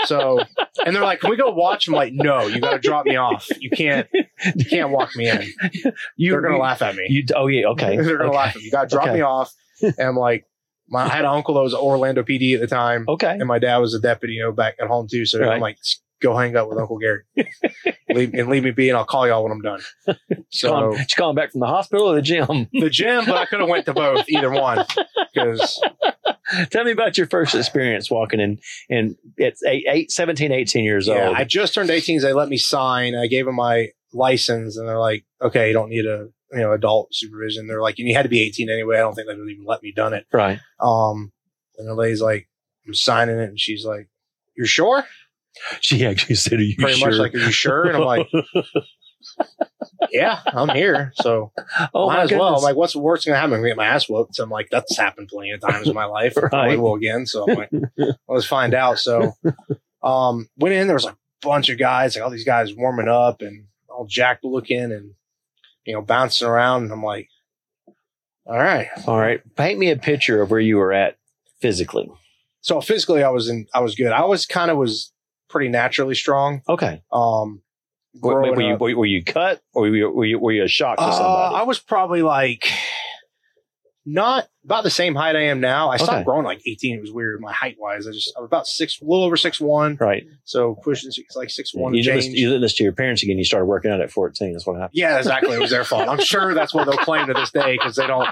S2: So, and they're like, "Can we go watch?" I'm like, "No, you got to drop me off. You can't you can't walk me in.
S1: You,
S2: they're going to
S1: you-
S2: laugh at me."
S1: You, oh, yeah. Okay.
S2: They're going to
S1: okay.
S2: laugh at me. You got to drop
S1: Okay.
S2: me off." And I'm like, my, I had an uncle that was Orlando PD at the time
S1: Okay.
S2: and my dad was a deputy, you know, back at home too. So
S1: Right.
S2: I'm like, "Just go hang out with Uncle Gary, leave, and leave me be, and I'll call y'all when I'm done.
S1: She's
S2: So
S1: calling, she's calling back from the hospital or the gym.
S2: the gym, but I could have went to both, either one, because
S1: Tell me about your first experience walking in, and it's eight, eight, 17, 18 years
S2: yeah,
S1: old.
S2: I just turned 18. So they let me sign. I gave them my license, and they're like, "Okay, you don't need a you know adult supervision." They're like, "And you had to be 18 anyway." I don't think they would even let me done it.
S1: right.
S2: Um, and the lady's like, "I'm signing it," and she's like, "You're sure?"
S1: She actually said, "Are you
S2: Pretty
S1: sure?"
S2: much like, "Are you sure?" And I'm like, "Yeah, I'm here." So
S1: oh
S2: might
S1: my
S2: as well. I'm
S1: goodness.
S2: like, what's the worst going to happen? I'm gonna get my ass whooped. So I'm like, that's happened plenty of times in my life. It Probably
S1: Right.
S2: will again. So I'm like, let's find out. So, um, went in. There was a bunch of guys, like all these guys warming up and all jacked looking and you know bouncing around. And I'm like, all right.
S1: All right. Paint me a picture of where you were at physically.
S2: So physically, I was in. I was good. I was kind of was pretty naturally strong.
S1: Okay.
S2: Um,
S1: Were,
S2: growing
S1: were you
S2: up-
S1: were, were you cut or were you, were you were you a shock to
S2: Uh,
S1: somebody?
S2: I was probably like not about the same height I am now. I stopped
S3: Okay.
S2: growing like 18. It was weird. My height wise, I just I'm about six, a little over six one.
S3: Right.
S2: So pushing six, like six one.
S1: you, did
S2: change.
S1: this, you did this to your parents again. You started working out at 14. That's what happened.
S2: Yeah, exactly. It was their fault. I'm sure that's what they'll claim to this day because they don't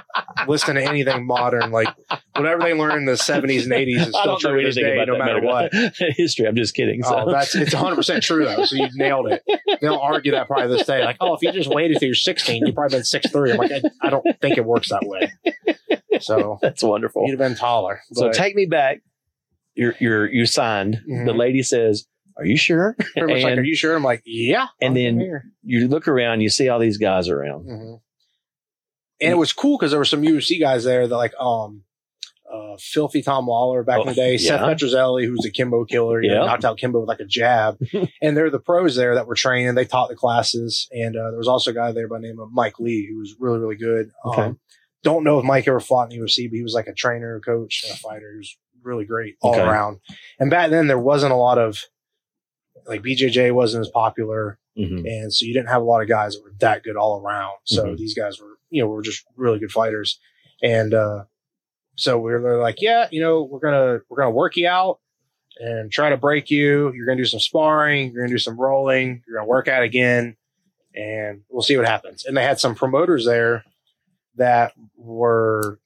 S2: listen to anything modern. Like whatever they learned in the 70s and 80s is
S1: I
S2: still
S1: don't know
S2: true to this
S1: anything
S2: day,
S1: about
S2: no
S1: that
S2: matter what.
S1: history. I'm just kidding. So.
S2: Oh, that's it's 100 percent true though. So you nailed it. They'll argue that probably this day. Like, oh, if you just waited till you're 16, you've probably been 6'3". I'm like, I, I don't think it works that way. So
S1: That's wonderful.
S2: you'd have been taller.
S1: So
S2: But
S1: take me back. You're you're you signed.
S2: Mhm.
S1: The lady says, "Are you sure?"
S2: pretty much like,
S1: and-
S2: are you sure? I'm like, yeah.
S1: and
S2: I'm
S1: then-
S2: here.
S1: You look around. You see all these guys around.
S2: Mhm. And it was cool because there were some UFC guys there that like um uh filthy Tom Lawler back in the day,
S1: Oh,
S2: Seth
S1: yeah.
S2: Petrozelli, who's a Kimbo killer, you know,
S1: Yeah.
S2: knocked out Kimbo with like a jab. and they're the pros there that were training. They taught the classes. And uh, there was also a guy there by the name of Mike Lee, who was really, really good. Um,
S1: Okay.
S2: Don't know if Mike ever fought in UFC, but he was like a trainer, a coach, and a fighter. He was really great all
S1: Okay.
S2: around. And back then, there wasn't a lot of like BJJ wasn't as popular
S1: Mhm.
S2: and so you didn't have a lot of guys that were that good all around. So
S1: Mhm.
S2: these guys were, you know, were just really good fighters, and uh, so we were like, yeah, you know, we're gonna we're gonna work you out and try to break you. You're gonna do some sparring, you're gonna do some rolling, you're gonna work out again, and we'll see what happens. And they had some promoters there that were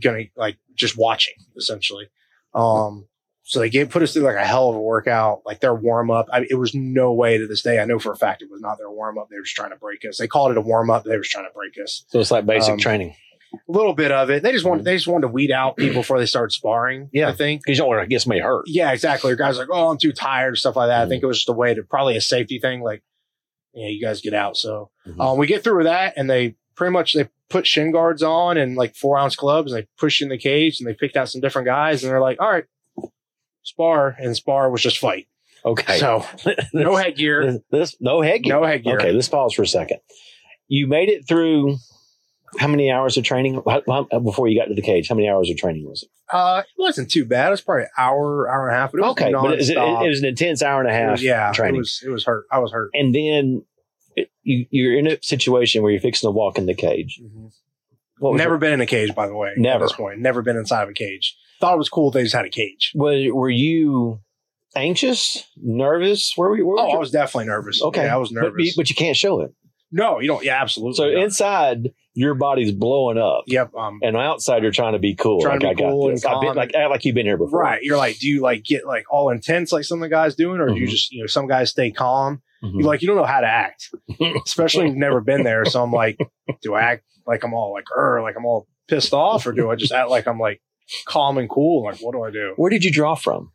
S2: gonna like just watching essentially. Um, so they gave, put us through like a hell of a workout, like their warm up. I, it was no way to this day. I know for a fact it was not their warm up. They were just trying to break us. They called it a warm up. They were just trying to break us.
S1: So it's like basic
S2: Um,
S1: training
S2: A little bit of it. They just wanted. They just wanted to weed out people before they started sparring.
S1: Yeah.
S2: I think.
S1: because you don't want to get somebody hurt.
S2: Yeah, exactly. Your guys are like, oh, I'm too tired, and stuff like that. I
S1: Mhm.
S2: think it was just a way to probably a safety thing. Like, yeah, you guys get out. So
S1: Mhm.
S2: um, we get through with that, and they pretty much they put shin guards on and like four ounce clubs, and they push you in the cage, and they picked out some different guys, and they're like, all right, spar, and spar was just fight.
S1: Okay.
S2: So no headgear,
S1: this, this no headgear.
S2: no headgear.
S1: Okay, let's pause for a second. You made it through how many hours of training how, how- before you got to the cage? How many hours of training was it?
S2: Uh, it wasn't too bad. It was probably an hour, hour and a half. But it was
S1: okay, but it, was- it,
S2: nonstop.
S1: it was an intense hour and a
S2: It
S1: half.
S2: was- yeah,
S1: training.
S2: it was it was hurt. I was hurt.
S1: And then it, you, you're in a situation where you're fixing to walk in the cage. What was
S2: Mm-hmm. Never been in a cage, by the way. At
S1: Never.
S2: this point, never been inside of a cage. Thought it was cool. They just had a cage.
S1: Was, were you anxious, nervous? Where were you? Where
S2: Oh, I
S1: you
S2: was definitely nervous.
S1: Okay.
S2: Yeah, I was
S1: but,
S2: nervous.
S1: but you can't show it.
S2: no, you don't. Yeah, absolutely.
S1: So
S2: not.
S1: inside, your body's blowing up,
S2: yep. Um,
S1: and outside, you're trying to be cool.
S2: Trying
S1: like
S2: to be
S1: I got
S2: cool and
S1: this. I've been,
S2: calm.
S1: like act like you've been here before.
S2: right. You're like, do you like get like all intense like some of the guys doing, or do you
S1: Mhm.
S2: just you know some guys stay calm?
S1: Mhm.
S2: You like you don't know how to act, especially you've never been there. So I'm like, do I act like I'm all like, er, like I'm all pissed off, or do I just act like I'm like calm and cool? Like, what do I do?
S1: Where did you draw from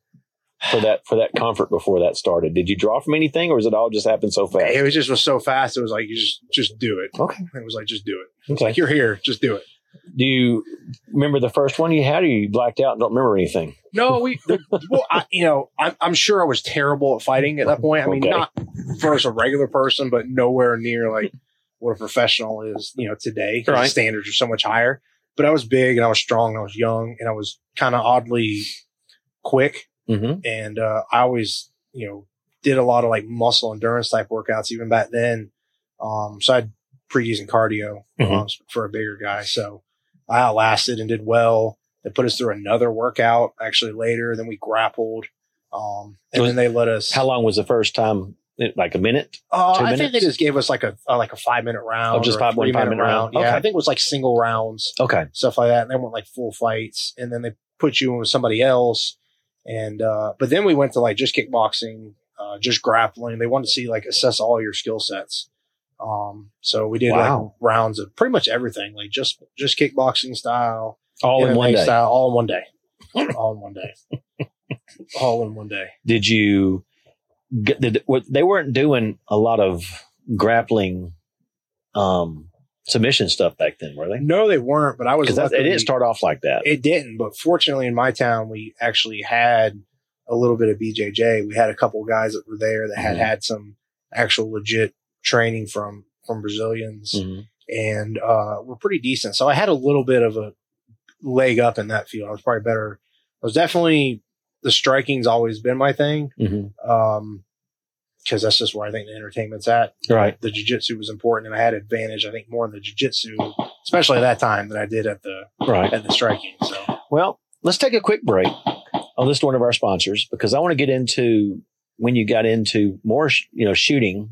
S1: for that for that comfort before that started? Did you draw from anything, or was it all just happened so fast?
S2: It was just was so fast. It was like you just just do it.
S1: Okay.
S2: It was like just do it.
S1: Okay.
S2: Like you're here, just do it.
S1: Do you remember the first one you had, or you blacked out and don't remember anything?
S2: No, we. The, well, I, you know, I'm, I'm sure I was terrible at fighting at that point. I mean,
S1: Okay.
S2: not versus a regular person, but nowhere near like what a professional is. You know, today 'cause the
S1: Right.
S2: standards are so much higher. But I was big and I was strong. And I was young and I was kind of oddly quick.
S1: Mm-hmm.
S2: And uh, I always, you know, did a lot of like muscle endurance type workouts even back then. Um, so I had pretty decent cardio
S1: Mhm.
S2: um, for a bigger guy. So I outlasted and did well. They put us through another workout actually later. Then we grappled. Um, and
S1: Was-
S2: then they let us.
S1: How long was the first time? Like a minute?
S2: Uh,
S1: two
S2: I think they
S1: minutes?
S2: just gave us like a, uh like a five minute round,
S1: Oh, just
S2: or a
S1: five- one
S2: three-minute
S1: five-minute round.
S2: Yeah,
S1: Okay.
S2: I think it was like single rounds,
S1: Okay.
S2: stuff like that. And they weren't like full fights. And then they put you in with somebody else. And uh, but then we went to like just kickboxing, uh, just grappling. They wanted to see like assess all your skill sets. Um, so we did
S1: Wow.
S2: like rounds of pretty much everything, like just just kickboxing style,
S1: All in
S2: MMA
S1: one day.
S2: style, all in one day, all in one day, all in one day.
S1: Did you get? Did, what, they weren't doing a lot of grappling, um, submission stuff back then, were they?
S2: No, they weren't, but I was.
S1: Because that- it
S2: lucky-
S1: didn't start off like that.
S2: It didn't, but fortunately, in my town, we actually had a little bit of BJJ. We had a couple guys that were there that had
S1: Mhm.
S2: had some actual legit training from from Brazilians,
S1: Mhm.
S2: and uh, were pretty decent. So I had a little bit of a leg up in that field. I was probably better. I was definitely the striking's always been my thing
S1: Mhm.
S2: um, because that's just where I think the entertainment's at
S1: Right.
S2: the jujitsu was important, and I had advantage. I think more in the jujitsu especially at that time that I did at the
S1: Right.
S2: at the striking. So
S1: Well, let's take a quick break on this one of our sponsors because I want to get into when you got into more, sh- you know, shooting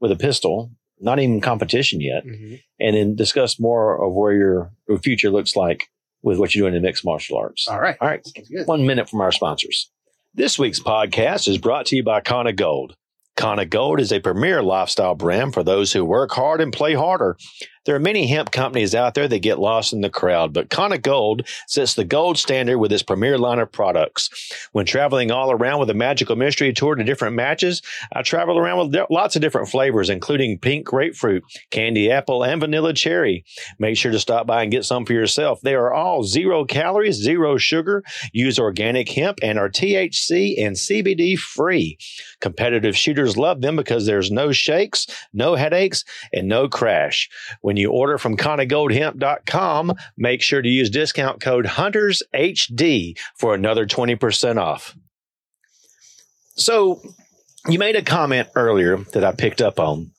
S1: with a pistol, not even competition yet, and then discuss more of where your, your future looks like with what you're doing in mixed martial arts.
S2: all right,
S1: All right.
S2: Sounds good.
S1: One minute from our sponsors. This week's podcast is brought to you by Kana Gold. Kana Gold is a premier lifestyle brand for those who work hard and play harder. There are many hemp companies out there that get lost in the crowd, but Kana Gold sets the gold standard with its premier line of products. When traveling all around with a magical mystery tour to different matches, I travel around with di- lots of different flavors, including pink grapefruit, candy apple, and vanilla cherry. Make sure to stop by and get some for yourself. They are all zero calories, zero sugar, use organic hemp and are THC and CBD free. Competitive shooters love them because there's no shakes, no headaches, and no crash. When you order from ConaGoldHemp.com, make sure to use discount code HuntersHD for another 20% off. So you made a comment earlier that I picked up on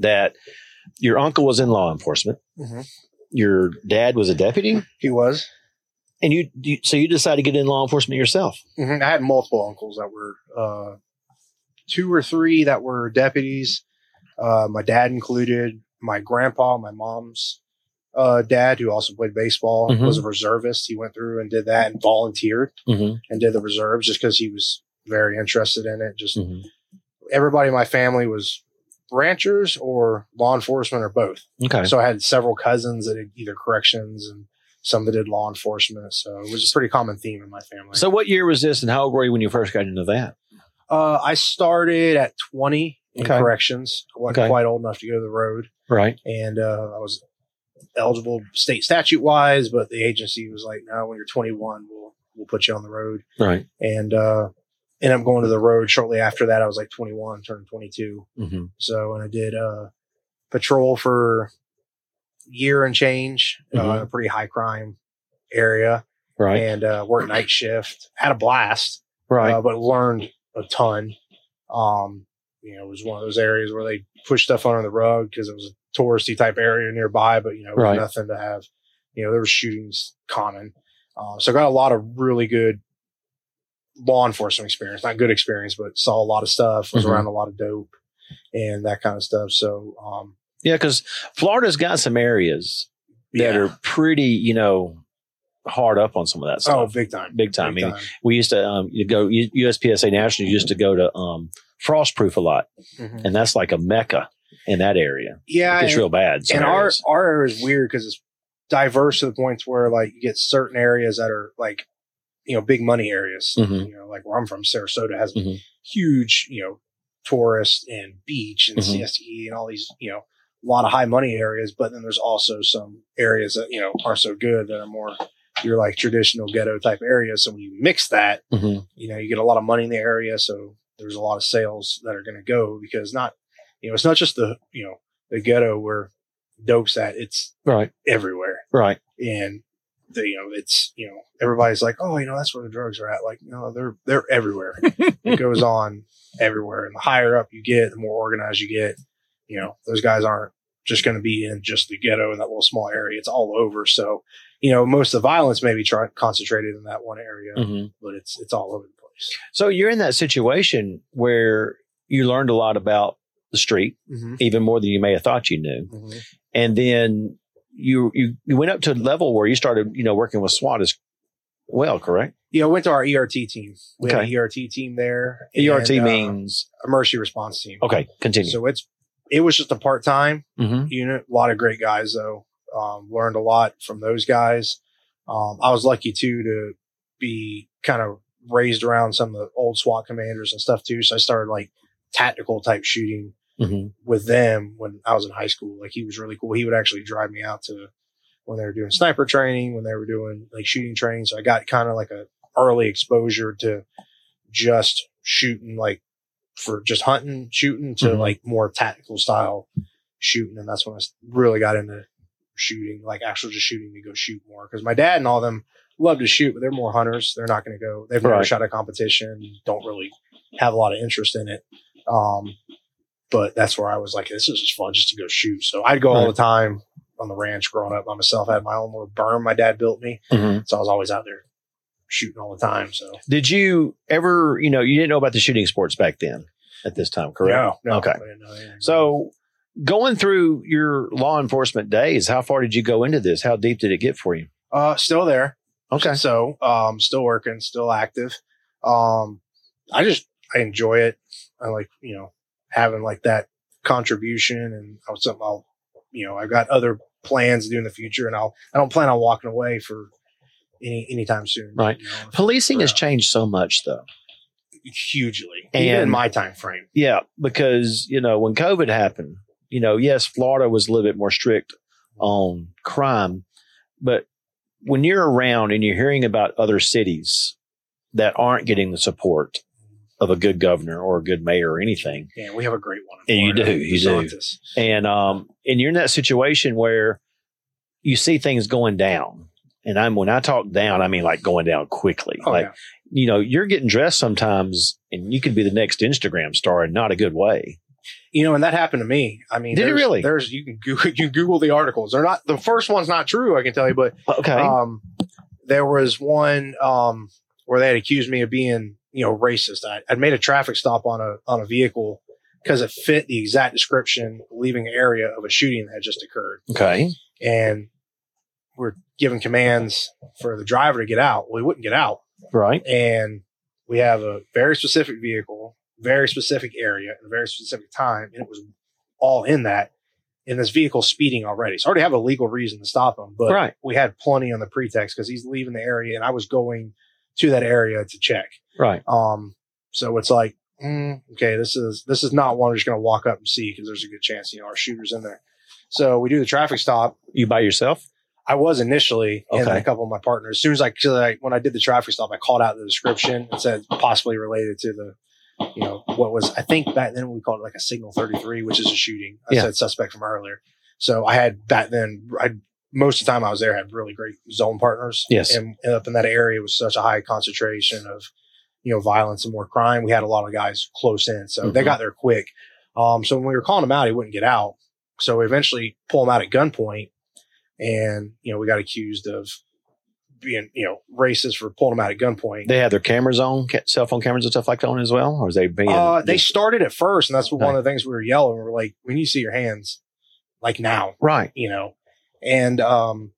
S1: that your uncle was in law enforcement.
S2: Mhm.
S1: Your dad was a deputy.
S2: He was.
S1: And you, you so you decided to get in law enforcement yourself.
S2: Mhm. I had multiple uncles that were uh, two or three that were deputies. Uh, my dad included. My grandpa, my mom's uh, dad, who also played baseball,
S1: Mhm.
S2: was a reservist. He went through and did that and volunteered
S1: Mm-hmm.
S2: and did the reserves just because he was very interested in it. Just
S1: Mm-hmm.
S2: everybody in my family was ranchers or law enforcement or both.
S1: Okay.
S2: So I had several cousins that did either corrections and some that did law enforcement. So it was a pretty common theme in my family.
S1: So what year was this, and how old were you when you first got into that?
S2: Uh, I started at 20 in
S1: Okay.
S2: corrections. I wasn't
S1: Okay.
S2: quite old enough to go to the road.
S1: Right.
S2: And uh, I was eligible state statute wise, but the agency was like, no, when you're 21, we'll, we'll put you on the road.
S1: Right.
S2: And uh, ended up going to the road shortly after that. I was like 21, turned 22.
S1: Mm-hmm.
S2: So, and I did uh, patrol for year and change, uh,
S1: Mhm.
S2: a pretty high crime area,
S1: Right.
S2: and uh, worked night shift. Had a blast
S1: right.
S2: uh, but learned a ton. Um, you know, it was one of those areas where they pushed stuff under the rug because it was a touristy type area nearby, but you know, it was
S1: Right.
S2: nothing to have. You know, there were shootings common, uh, so I got a lot of really good law enforcement experience. Not good experience, but saw a lot of stuff. Was
S1: Mhm.
S2: around a lot of dope and that kind of stuff. So, um,
S1: yeah, because Florida's got some areas that
S2: yeah.
S1: are pretty, you know, hard up on some of that
S2: oh,
S1: stuff.
S2: big time,
S1: Big time. I mean, we used to um, you go U- USPSA National. You used to go to um, Frostproof a lot,
S2: Mhm.
S1: and that's like a mecca in that area.
S2: Yeah,
S1: it's
S2: and-
S1: real bad. some
S2: and our
S1: areas.
S2: our area is weird because it's diverse to the points where like you get certain areas that are like you know big money areas
S1: Mhm.
S2: you know like where i'm from sarasota has
S1: Mhm.
S2: huge you know tourist and beach and
S1: Mhm.
S2: cste and all these you know a lot of high money areas but then there's also some areas that you know are so good that are more your like traditional ghetto type areas so when you mix that
S1: Mhm.
S2: you know, you get a lot of money in the area, so there's a lot of sales that are going to go because not, you know, it's not just the you know the ghetto where dope's at; it's
S1: right,
S2: everywhere,
S1: right,
S2: and the you know it's you know everybody's like, oh, you know, that's where the drugs are at. Like, no, they're they're everywhere. it goes on everywhere, and the higher up you get, the more organized you get. You know, those guys aren't just going to be in just the ghetto in that little small area. It's all over. So, you know, most of the violence may be try- concentrated in that one area,
S1: Mhm.
S2: but it's it's all over the place.
S1: So you're in that situation where you learned a lot about the street,
S2: Mm-hmm.
S1: even more than you may have thought you knew. And then you you, you went up to a level where you started, you know, working with SWAT as well, correct?
S2: Yeah, I went to our ERT team. We had
S1: Okay.
S2: an ERT team there.
S1: ERT
S2: and, uh,
S1: means
S2: emergency response team.
S1: okay. Continue.
S2: So mm-hmm, it's it was just a part time
S1: hmm
S2: unit. A lot of great guys though. Um, learned a lot from those guys. Um, I was lucky too to be kind of raised around some of the old SWAT commanders and stuff too. So I started like tactical type shooting
S1: hmm
S2: with them when I was in high school. Like he was really cool. He would actually drive me out to when they were doing sniper training, when they were doing like shooting training. So I got kind of like a early exposure to just shooting, like for just hunting, shooting to
S1: Mhm.
S2: like more tactical style shooting. And that's when I s- really got into shooting, like actual just shooting to go shoot more. Cause my dad and all them love to shoot, but they're more hunters. They're not going to go, they've never
S1: Right.
S2: shot a competition, don't really have a lot of interest in it. Um, but that's where I was like, this is just fun just to go shoot. So I'd go all
S1: Right.
S2: the time on the ranch growing up by myself. I had my own little berm my dad built me,
S1: Mm-hmm.
S2: so I was always out there shooting all the time. So
S1: Did you ever, you know, you didn't know about the shooting sports back then at this time, correct?
S2: No, no,
S1: Okay.
S2: I didn't know anything.
S1: So going through your law enforcement days, how far did you go into this? How deep did it get for you?
S2: uh, still there.
S1: Okay.
S2: So, um, still working, still active. Um, I just, I enjoy it. I like, you know, having like that contribution and I was something I'll, you know, I've got other plans to do in the future and I'll, I don't plan on walking away for any, anytime soon.
S1: Right.
S2: you know,
S1: Policing has
S2: Yeah.
S1: changed so much though.
S2: hugely.
S1: And-
S2: Even in my time frame.
S1: Yeah, because you know when COVID happened, you know, yes, Florida was a little bit more strict on crime, but when you're around and you're hearing about other cities that aren't getting the support of a good governor or a good mayor or anything,
S2: Yeah. We have a great one.
S1: Yeah, you
S2: Florida.
S1: do, you
S2: DeSantis.
S1: and um, and you're in that situation where you see things going down, and I'm when I talk down, I mean like going down quickly,
S2: Oh,
S1: like
S2: yeah.
S1: you know, you're getting dressed sometimes, and you could be the next Instagram star, and not a good way.
S2: You know, and that happened to me. I mean,
S1: Did it
S2: there's-
S1: really?
S2: There's you can Google, you can Google the articles. They're not the first one's not true. I can tell you, but
S1: Okay,
S2: Um, there was one um, where they had accused me of being, you know, racist. I, I'd made a traffic stop on a on a vehicle because it fit the exact description, leaving an area of a shooting that had just occurred,
S1: okay,
S2: and we're giving commands for the driver to get out. Well, he wouldn't get out,
S1: right,
S2: and we have a very specific vehicle, very specific area, and a very specific time, and it was all in that. And this vehicle speeding already, so I already have a legal reason to stop him, but
S1: right,
S2: we had plenty on the pretext because he's leaving the area and I was going to that area to check.
S1: right.
S2: Um, so it's like, mm, okay, this is this is not one we're just going to walk up and see because there's a good chance you know our shooter's in there. So we do the traffic stop.
S1: You by yourself?
S2: I was initially, and then
S1: Okay.
S2: a couple of my partners. As soon as I, 'cause I, when I did the traffic stop, I called out the description and said possibly related to the, you know, what was I think back then we called it like a signal thirty three, which is a shooting. I
S1: Yeah.
S2: said suspect from earlier. So I had back then. I most of the time I was there had really great zone partners.
S1: Yes.
S2: and, and up in that area was such a high concentration of, you know, violence and more crime. We had a lot of guys close in, so they
S1: Mhm.
S2: got there quick. Um, so when we were calling him out, he wouldn't get out. So we eventually pull him out at gunpoint, and you know we got accused of being you know racist for pulling him out at gunpoint.
S1: They had their cameras on, ca- cell phone cameras and stuff like that on as well, or was they being?
S2: uh, they started at first, and that's one of the things we were yelling. We were like, "When you see your hands, like now,
S1: right,
S2: you know." And um,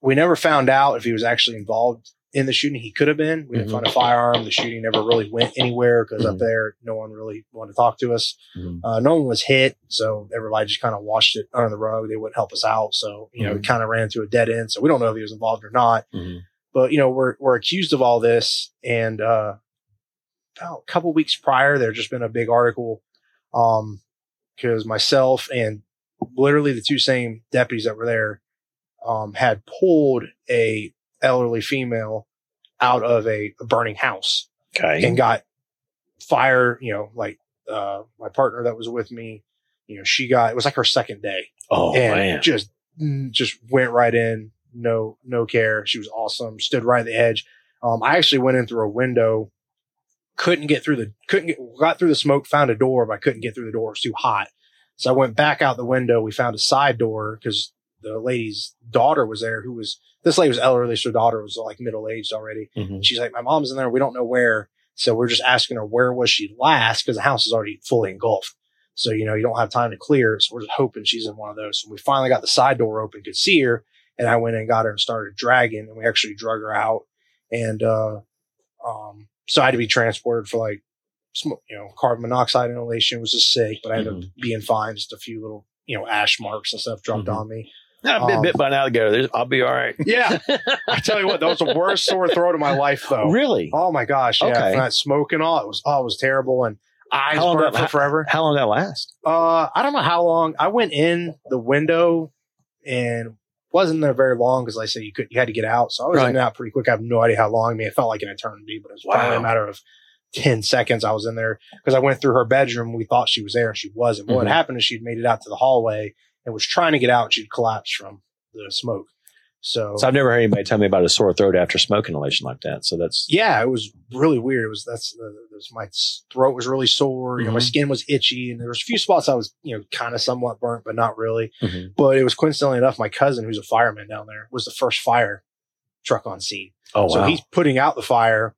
S2: we never found out if he was actually involved in the shooting. He could have been. We didn't
S1: Mhm.
S2: find a firearm. The shooting never really went anywhere because up
S1: Mhm.
S2: there, no one really wanted to talk to us.
S1: Mhm.
S2: Uh, no one was hit, so everybody just kind of washed it under the rug. They wouldn't help us out, so you know,
S1: Mhm.
S2: it kind of ran to a dead end. So we don't know if he was involved or not.
S1: Mhm.
S2: But you know, we're we're accused of all this, and uh, about a couple weeks prior, there just been a big article um because myself and literally the two same deputies that were there um had pulled a elderly female out of a burning house
S1: okay,
S2: and got fire you know like uh my partner that was with me you know she got it was like her second day
S1: oh
S2: and
S1: man,
S2: just mm, just went right in no no care she was awesome stood right at the edge um i actually went in through a window couldn't get through the couldn't get, got through the smoke found a door but i couldn't get through the door it was too hot so i went back out the window we found a side door because the lady's daughter was there who was this lady was elderly so her daughter was like middle aged already
S1: Mhm.
S2: and she's like, My mom's in there. We don't know where. So we're just asking her, Where was she last? Because the house is already fully engulfed. So, you know, you don't have time to clear. So we're just hoping she's in one of those. And we finally got the side door open, could see her. And I went and got her and started dragging. And we actually drug her out. And uh, um, so I had to be transported for like, sm- you know, carbon monoxide inhalation, was just sick, but I ended up being fine. Just a few little, you know, ash marks and stuff dropped
S1: Mhm.
S2: on me.
S1: I've been
S2: um,
S1: bit by an alligator. There's- I'll be all right.
S2: Yeah. I tell you what, that was the worst sore throat of my life, though.
S1: Really?
S2: Oh my gosh! Yeah,
S1: Okay.
S2: from that smoke and all it was. Oh, it was terrible, and eyes
S1: How long
S2: burned
S1: that-
S2: for forever.
S1: How long did that last?
S2: Uh, I don't know how long. I went in the window and wasn't there very long because, like I said, you could you had to get out, so I was in
S1: Right.
S2: and out pretty quick. I have no idea how long. I mean, it felt like an eternity, but it was probably a
S1: Wow.
S2: matter of ten seconds. I was in there because I went through her bedroom. We thought she was there, and she wasn't. What
S1: Mhm.
S2: happened is she'd made it out to the hallway and was trying to get out. and She'd collapsed from the smoke. So,
S1: So I've never heard anybody tell me about a sore throat after smoking elation like that. So that's
S2: yeah, it was really weird. It was that's uh, it was my throat was really sore. You know, my
S1: Mhm.
S2: skin was itchy, and there was a few spots I was you know kind of somewhat burnt, but not really.
S1: Mhm.
S2: But it was coincidentally enough, my cousin, who's a fireman down there, was the first fire truck on scene.
S1: oh
S2: so
S1: wow.
S2: he's putting out the fire.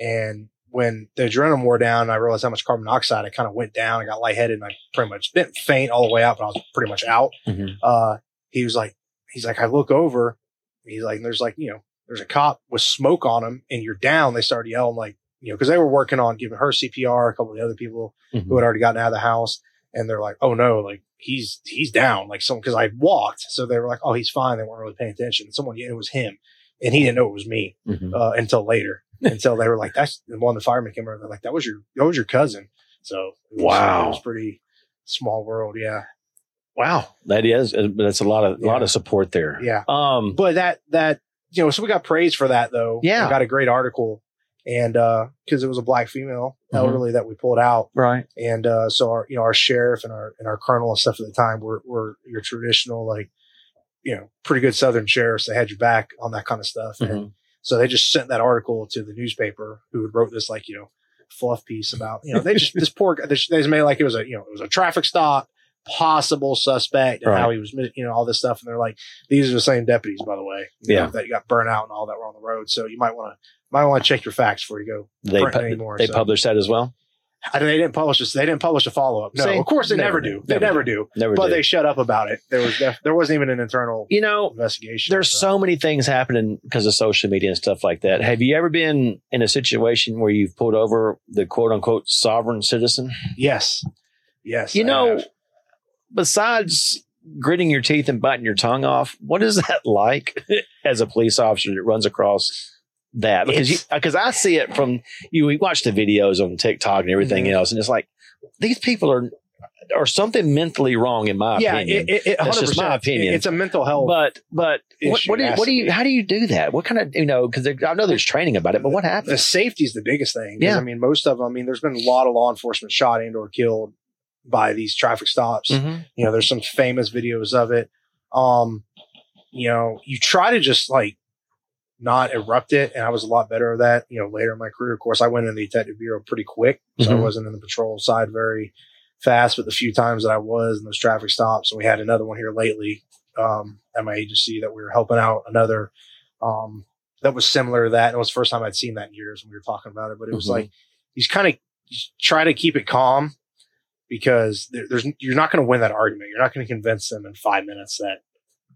S2: And when the adrenaline wore down, I realized how much carbon monoxide I kind of went down. I got lightheaded and I pretty much didn't faint all the way out, but I was pretty much out.
S1: Mhm.
S2: Uh, he was like, he's like, I look over. He's like, and there's like, you know, there's a cop with smoke on him and you're down. They started yelling like, you know, because they were working on giving her CPR, a couple of the other people who
S1: Mhm.
S2: had already gotten out of the house and they're like oh no like he's he's down like some because i walked so they were like oh he's fine they weren't really paying attention someone it was him and he didn't know it was me
S1: Mhm.
S2: uh, until later until they were like that's the one the fireman came over they're like that was your that was your cousin so it was-
S1: Wow.
S2: it was pretty small world yeah
S1: Wow. That is that's a lot of lot
S2: Yeah.
S1: of support there.
S2: Yeah.
S1: Um
S2: but that that you know so we got praise for that though
S1: Yeah.
S2: We got a great article and uh because it was a black female
S1: Mhm.
S2: elderly that we pulled out
S1: right.
S2: and uh, so our you know our sheriff and our and our colonel and stuff at the time were were your traditional like you know pretty good southern sheriffs that had your back on that kind of stuff and
S1: Mhm.
S2: so they just sent that article to the newspaper who had wrote this like you know fluff piece about you know they just this poor guy they just- they just made it like it was a you know it was a traffic stop possible suspect and how
S1: Right.
S2: he was mi- you know all this stuff and they're like these are the same deputies by the way you
S1: Yeah.
S2: know, that got burnt out and all that were on the road so you might want to might want to check your facts before you go
S1: They
S2: print
S1: pu-
S2: anymore,
S1: they
S2: so.
S1: published that as well.
S2: I they didn't publish this. They didn't publish a follow up. No,
S1: See?
S2: of course they
S1: Never
S2: never,
S1: do.
S2: do. They
S1: Never
S2: never do.
S1: Never
S2: But
S1: did.
S2: they shut up about it. There was def- there wasn't even an internal
S1: you know,
S2: investigation.
S1: there's so many things happening because of social media and stuff like that. Have you ever been in a situation where you've pulled over the quote unquote sovereign citizen?
S2: yes, yes.
S1: You
S2: I
S1: know,
S2: have.
S1: besides gritting your teeth and biting your tongue off, what is that like as a police officer that runs across that? Because you,
S2: It's-
S1: because I see it from you. We watch the videos on TikTok and everything
S2: Mhm.
S1: else, and it's like these people are are something mentally wrong in my
S2: yeah,
S1: opinion.
S2: it, it, it,
S1: That's
S2: 100%.
S1: just my opinion.
S2: It- it's a mental health.
S1: but but what,
S2: issue
S1: what do you,
S2: has
S1: what
S2: to
S1: do you
S2: be.
S1: how do you do that? What kind of you know because I know there's training about it, but what happens?
S2: the safety is the biggest thing. 'Cause,
S1: Yeah.
S2: I mean, most of them. I mean, there's been a lot of law enforcement shot and or killed by these traffic stops.
S1: Mhm.
S2: You know, there's some famous videos of it. Um, you know, you try to just like not erupt it, and I was a lot better at that. You know, later in my career, of course, I went in the detective bureau pretty quick, so
S1: Mhm.
S2: I wasn't in the patrol side very fast. But the few times that I was in those traffic stops, and we had another one here lately um, at my agency that we were helping out another um, that was similar to that. And it was the first time I'd seen that in years when we were talking about it. But it was
S1: Mhm.
S2: like you just kind of try to keep it calm because there, there's you're not going to win that argument. You're not going to convince them in five minutes that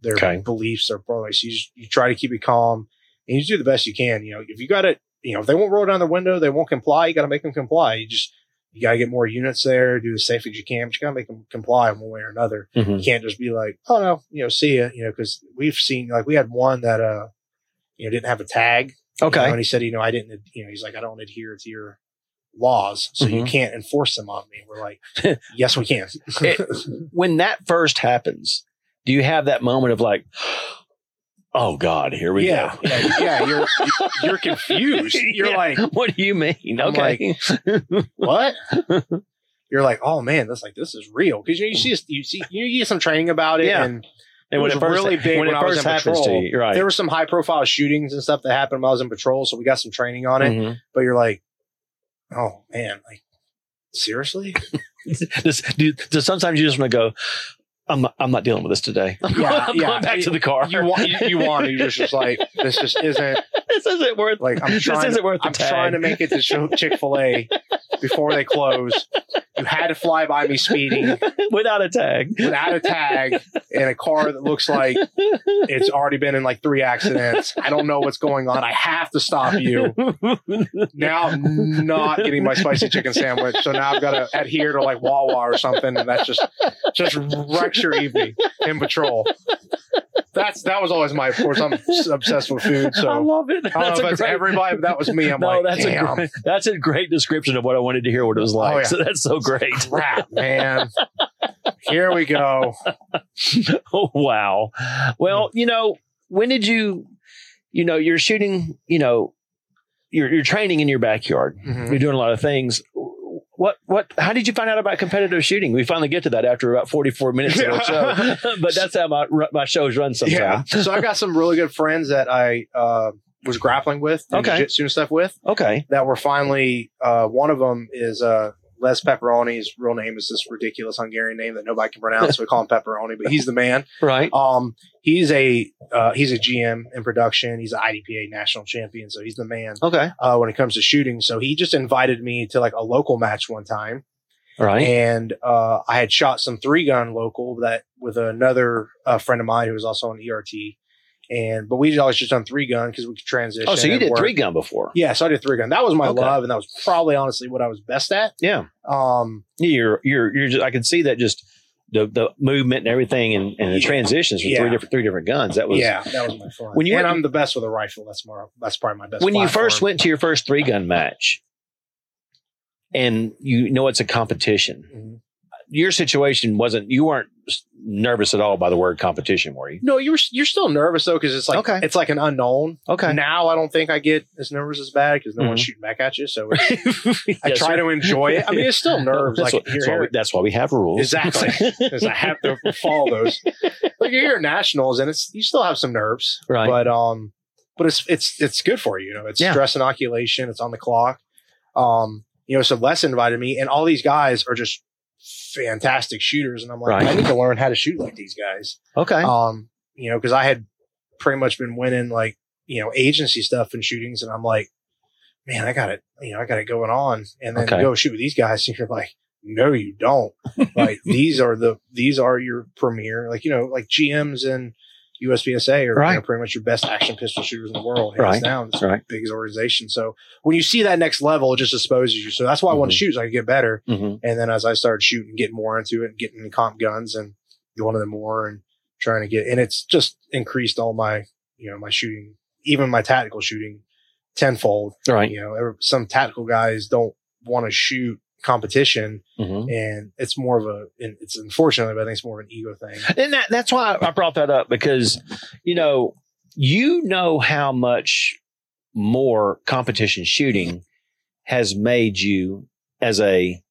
S2: their
S1: Okay.
S2: beliefs are wrong. So you just, you try to keep it calm and you do the best you can. You know, if you got to, you know, if they won't roll down the window, they won't comply. You got to make them comply. You just you got to get more units there, do as safe as you can, but you got to make them comply one way or another
S1: Mhm.
S2: you can't just be like, oh no, you know, see ya, you know, because we've seen like we had one that uh, you know, didn't have a tag. you know,
S1: Okay.
S2: and he said, you know, I didn't, you know, he's like, I don't adhere to your laws, so you
S1: Mhm.
S2: can't enforce them on me. We're like, yes, we can.
S1: when that first happens, do you have that moment of like, oh God, here we
S2: yeah,
S1: go?
S2: yeah, yeah, you're you're confused. You're
S1: Yeah.
S2: like,
S1: What do you mean?
S2: I'm
S1: Okay.
S2: what? You're like, oh man, that's like this is real because you know you see you see you, know, you get some training about it,
S1: Yeah.
S2: and
S1: and when
S2: was
S1: it first,
S2: really big
S1: when it
S2: when I was
S1: first
S2: in
S1: happens
S2: patrol,
S1: to you, you're right.
S2: there were some high profile shootings and stuff that happened when I was in patrol, so we got some training on it.
S1: Mhm.
S2: but you're like, oh man, like seriously?
S1: Mm-hmm. Does- do- does sometimes you just want to go, I'm not, I'm not dealing with this today. I'm
S2: Yeah,
S1: going
S2: yeah.
S1: back to the car.
S2: You want you, you want to? You're just, just like this just isn't
S1: this isn't worth
S2: like I'm
S1: This
S2: trying.
S1: isn't worth the
S2: I'm
S1: tag.
S2: trying to make it to Chick Fil A before they close. You had to fly by me speeding
S1: without a tag.
S2: without a tag in a car that looks like it's already been in like three accidents. I don't know what's going on. I have to stop you. Now I'm not getting my spicy chicken sandwich, so now I've got to adhere to like Wawa or something, and that's just just wrecks your evening in patrol. That's that was always my. Of course, I'm s- obsessed with food, so I
S1: I
S2: don't know
S1: love it. That's
S2: if
S1: a
S2: that's
S1: great,
S2: everybody, but that was me. I'm like,
S1: that's
S2: damn, Oh,
S1: a great, that's a great description of what I wanted to hear. What it was like.
S2: yeah.
S1: So that's so great.
S2: crap, man. Here we go.
S1: oh wow well you know when did you you know you're shooting you know you're, you're training in your backyard
S2: Mhm.
S1: you're doing a lot of things
S3: what what how did you find out about competitive shooting? We finally get to that after about 44 minutes of our show. but that's how my ru- my shows run sometimes.
S2: so I got some really good friends that I uh, was grappling with, and
S3: Okay.
S2: jiu-jitsu and stuff with,
S3: Okay.
S2: that were finally. Uh, one of them is uh, Les Pepperoni. His real name is this ridiculous Hungarian name that nobody can pronounce. so we call him Pepperoni, but he's the man.
S3: Right.
S2: Um, he's a uh, he's a GM in production. He's an IDPA national champion, so he's the man
S3: Okay.
S2: uh, when it comes to shooting. So he just invited me to like a local match one time,
S3: Right.
S2: and uh, I had shot some three gun local that with another uh, friend of mine who was also on ERT, and but we always just done three gun because we could transition.
S1: Oh, so you
S2: and
S1: did
S2: work.
S1: three gun before?
S2: Yeah, so I did three gun. That was my
S1: Okay.
S2: love, and that was probably honestly what I was best at.
S1: Yeah.
S2: Um,
S1: You're you're you're. Just, I can see that just the the movement and everything and, and the
S2: Yeah.
S1: transitions from
S2: Yeah.
S1: three different three different guns. That was
S2: yeah, that was my fun.
S1: When you
S2: and
S1: went-
S2: I'm the best with a rifle. That's more. That's probably my best.
S1: when you first
S2: platform.
S1: went to your first three gun match, and you know it's a competition.
S2: Mhm.
S1: Your situation wasn't. You weren't s- nervous at all by the word competition, were you?
S2: No, you're you're still nervous though because it's like
S1: Okay.
S2: it's like an unknown.
S1: Okay.
S2: Now I don't think I get as nervous as bad because no one's
S1: Mhm.
S2: shooting back at you. So it's- I
S1: Yes,
S2: try
S1: sir.
S2: to enjoy it. I mean, it's still nerves.
S1: That's,
S2: like
S1: what-
S2: you're
S1: that's why we,
S2: here,
S1: that's why we have rules.
S2: exactly because I have to follow those. Like you're here at nationals and it's you still have some nerves,
S1: right.
S2: but um, but it's it's it's good for you. You know, it's
S1: Yeah.
S2: stress inoculation. It's on the clock. Um, you know, so Les invited me, and all these guys are just fantastic shooters, and I'm like,
S1: Right.
S2: I need to learn how to shoot like these guys
S1: okay.
S2: um you know because i had pretty much been winning like you know agency stuff and shootings and i'm like man i got it you know i got it going on and then
S1: Okay.
S2: go shoot with these guys and you're like no you don't like these are the these are your premier like you know like gms and USPSA are you know,
S1: Right.
S2: pretty much your best action pistol shooters in the world, hands
S1: Right.
S2: down. It's
S1: Right.
S2: the biggest organization. So when you see that next level, it just exposes you. So that's why
S1: Mm-hmm.
S2: I want to shoot so I can get better.
S1: hmm
S2: And then as I started shooting, getting more into it, and getting the comp guns and going to the more and trying to get, and it's just increased all my, you know, my shooting, even my tactical shooting tenfold.
S1: Right.
S2: You know, ever- some tactical guys don't want to shoot competition
S1: hmm
S2: and it's more of a, and it's unfortunately, but I think it's more of an ego thing.
S1: And that, that's why I brought that up because, you know, you know how much more competition shooting has made you as a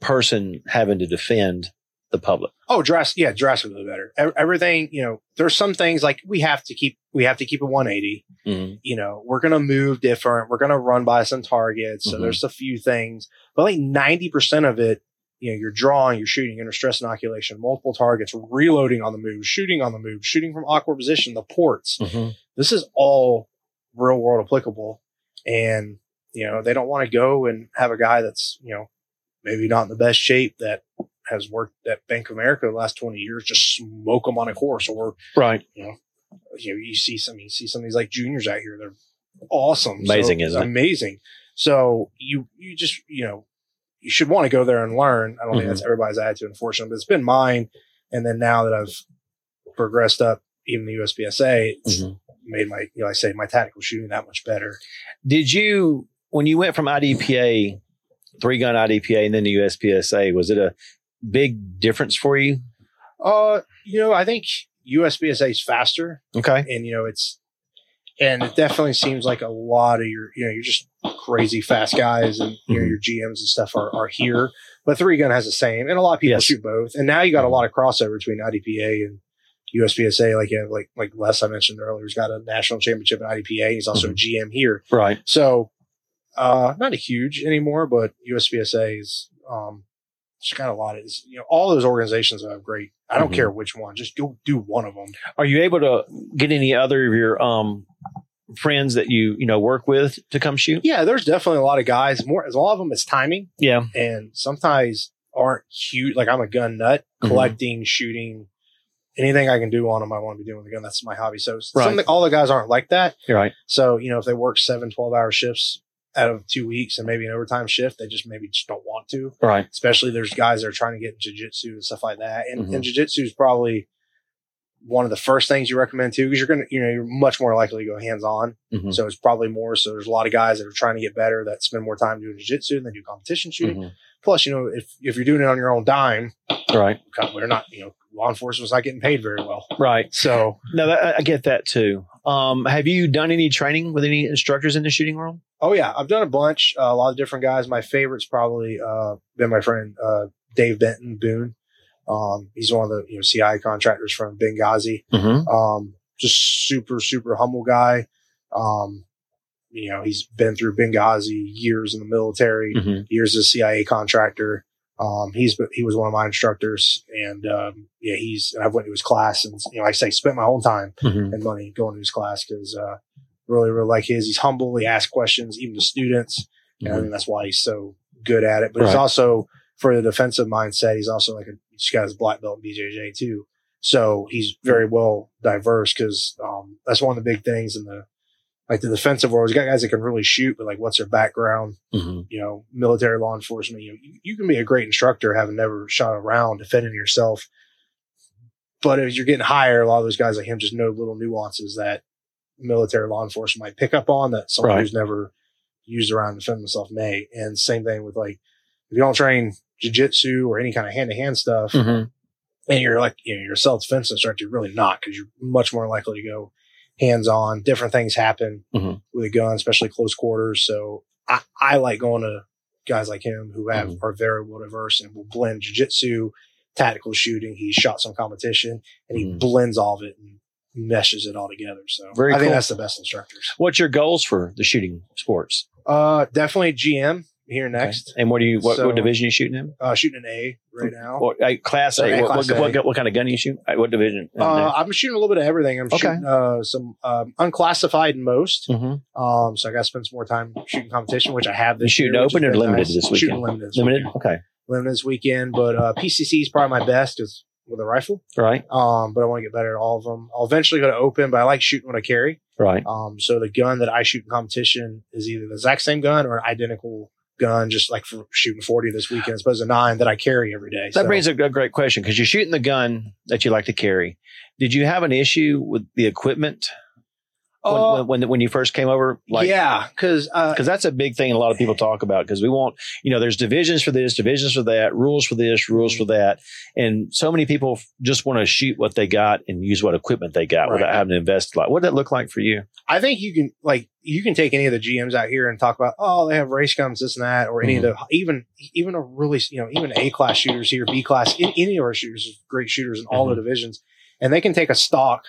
S1: person having to defend the public.
S2: Oh, dress, yeah, drastically better. Ev- Everything, you know, there's some things like we have to keep, we have to keep a 180. you know, we're going to move different. We're going to run by some targets. So
S1: Mhm.
S2: there's a few things, but like 90% of it, you know, you're drawing, you're shooting under stress inoculation, multiple targets, reloading on the move, shooting on the move, shooting from awkward position, the ports. This is all real world applicable. And, you know, they don't want to go and have a guy that's, you know, maybe not in the best shape that has worked at Bank of America the last 20 years, just smoke them on a course or
S1: Right.
S2: you know, you see some, you see some of these like juniors out here. They're awesome,
S1: Amazing,
S2: so,
S1: isn't it?
S2: Amazing. So you, you just, you know, you should want to go there and learn. I don't
S1: Mhm.
S2: think that's everybody's attitude, unfortunately, but it's been mine. And then now that I've progressed up, even the USPSA, it's
S1: Mm-hmm.
S2: made my, you know, I say my tactical shooting that much better.
S1: Did you, when you went from IDPA, three gun IDPA, and then the USPSA, was it a big difference for you?
S2: Uh, you know, I think USPSA is faster,
S1: Okay.
S2: and you know, it's, and it definitely seems like a lot of your, you know, you're just crazy fast guys and you know,
S1: Mhm.
S2: your GMs and stuff are, are here. But three gun has the same, and a lot of people
S1: Yes.
S2: shoot both. And now you got a lot of crossover between IDPA and USPSA. Like you have, like like Les I mentioned earlier, he's got a national championship in IDPA. He's also a GM here,
S1: Right.
S2: so uh, not a huge anymore. But USPSA is um, it's got a lot of it's, you know all those organizations have great. I don't
S1: Mhm.
S2: care which one, just go do one of them.
S1: Are you able to get any other of your um friends that you you know work with to come shoot?
S2: Yeah, there's definitely a lot of guys. More a lot of them is timing,
S1: Yeah.
S2: and sometimes aren't huge. Like I'm a gun nut,
S1: Mhm.
S2: collecting, shooting, anything I can do on them, I want to be doing with a gun. That's my hobby. So
S1: Right.
S2: some of the- all the guys aren't like that.
S1: You're right.
S2: So you know, if they work seven, 12 hour shifts out of two weeks and maybe an overtime shift, they just maybe just don't want to.
S1: Right.
S2: Especially there's guys that are trying to get into jujitsu and stuff like that. And,
S1: Mhm.
S2: and jujitsu is probably one of the first things you recommend too, because you're gonna, you know, you're much more likely to go hands on.
S1: Mhm.
S2: So it's probably more. So there's a lot of guys that are trying to get better that spend more time doing jujitsu than they do competition shooting.
S1: Mhm.
S2: Plus, you know, if if you're doing it on your own dime,
S1: Right.
S2: God, we're not, you know, law enforcement's not getting paid very well.
S1: Right.
S2: So,
S1: No, that, I- I get that too. Um, have you done any training with any instructors in the shooting world?
S2: uh, Oh yeah, I've done a bunch, uh, a lot of different guys. My favorite's probably uh, been my friend uh, Dave Benton Boone. Um, he's one of the you know CI contractors from Benghazi.
S1: Mm-hmm.
S2: Um, just super super humble guy. Um, you know he's been through Benghazi years in the military,
S1: Mhm.
S2: years as a CIA contractor. Um, he's he was one of my instructors, and um, yeah, he's and I went to his class, and you know like I say spent my whole time
S1: Mm-hmm.
S2: and money going to his class because uh, really, really like his. He's humble. He asks questions, even to students, and I think that's why he's so good at it. But he's
S1: Mm-hmm. Right.
S2: also for the defensive mindset. He's also like a, he's got his black belt in BJJ too, so he's very well diverse because um, that's one of the big things in the like the defensive world. He's got guys that can really shoot, but like what's their background?
S1: Mm-hmm.
S2: You know, military, law enforcement. You know, you, you can be a great instructor having never shot a round, defending yourself. But if you're getting higher, a lot of those guys like him just know little nuances that military law enforcement might pick up on that someone
S1: Right.
S2: who's never used around to defend themselves may. And same thing with like if you don't train jujitsu or any kind of hand to hand stuff,
S1: Mm-hmm.
S2: and you're like you know, you're a self defense instructor, you're really not because you're much more likely to go hands on. Different things happen
S1: Mhm.
S2: with a gun, especially close quarters. So I, I like going to guys like him who have
S1: Mhm.
S2: are very well diverse and will blend jujitsu, tactical shooting. He shot some competition and he
S1: Mhm.
S2: blends all of it and meshes it all together. So
S1: Very
S2: I think
S1: cool.
S2: that's the best instructors.
S1: What's your goals for the shooting sports?
S2: Uh, definitely GM here next.
S1: Okay. And what do you what,
S2: So-
S1: what division you shooting in?
S2: Uh, shooting an A right now.
S1: What, uh, class
S2: Sorry,
S1: A. What,
S2: Class
S1: what,
S2: A.
S1: What, what kind of gun do you shoot? Uh, What division?
S2: Uh, I'm shooting a little bit of everything. I'm
S1: Okay.
S2: shooting uh, some um, unclassified in most.
S1: mm-hmm.
S2: Um, so I got to spend some more time shooting competition, which I have this
S1: You shooting
S2: year, which
S1: open
S2: has
S1: or
S2: been
S1: limited this weekend?
S2: Shooting limited, this
S1: Limited.
S2: weekend.
S1: Okay.
S2: limited this weekend. But uh, PCC is probably my best is with a rifle.
S1: Right.
S2: Um, but I want to get better at all of them. I'll eventually go to open, but I like shooting what I carry.
S1: Right.
S2: Um, so the gun that I shoot in competition is either the exact same gun or an identical gun, just like for shooting forty this weekend, as opposed to nine that I carry every day.
S1: That
S2: So-
S1: brings up a great question because you're shooting the gun that you like to carry. Did you have an issue with the equipment when,
S2: Uh,
S1: when, when when you first came over? Like,
S2: yeah, because uh,
S1: because that's a big thing a lot of people talk about because we want you know there's divisions for this divisions for that rules for this rules for that and so many people f- just want to shoot what they got and use what equipment they got
S2: Right.
S1: without having to invest a lot what did that look like for you
S2: I think you can like you can take any of the GMs out here and talk about oh they have race guns this and that or any of the even even a really you know even A class shooters here B class any, any of our shooters is great shooters in all the divisions and they can take a stock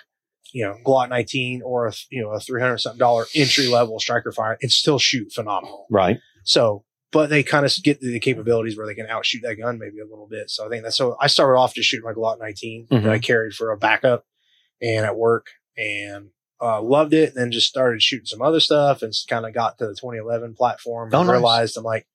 S2: you know Glock 19 or a you know a 300 something dollar entry level striker fire and still shoot phenomenal
S1: right
S2: so but they kind of get to the capabilities where they can outshoot that gun maybe a little bit so I think that's so I started off just shooting my Glock 19
S1: Mhm.
S2: that I carried for a backup and at work and uh, loved it. Then just started shooting some other stuff and kind of got to the 2011 platform and
S1: Oh, nice.
S2: realized I'm like,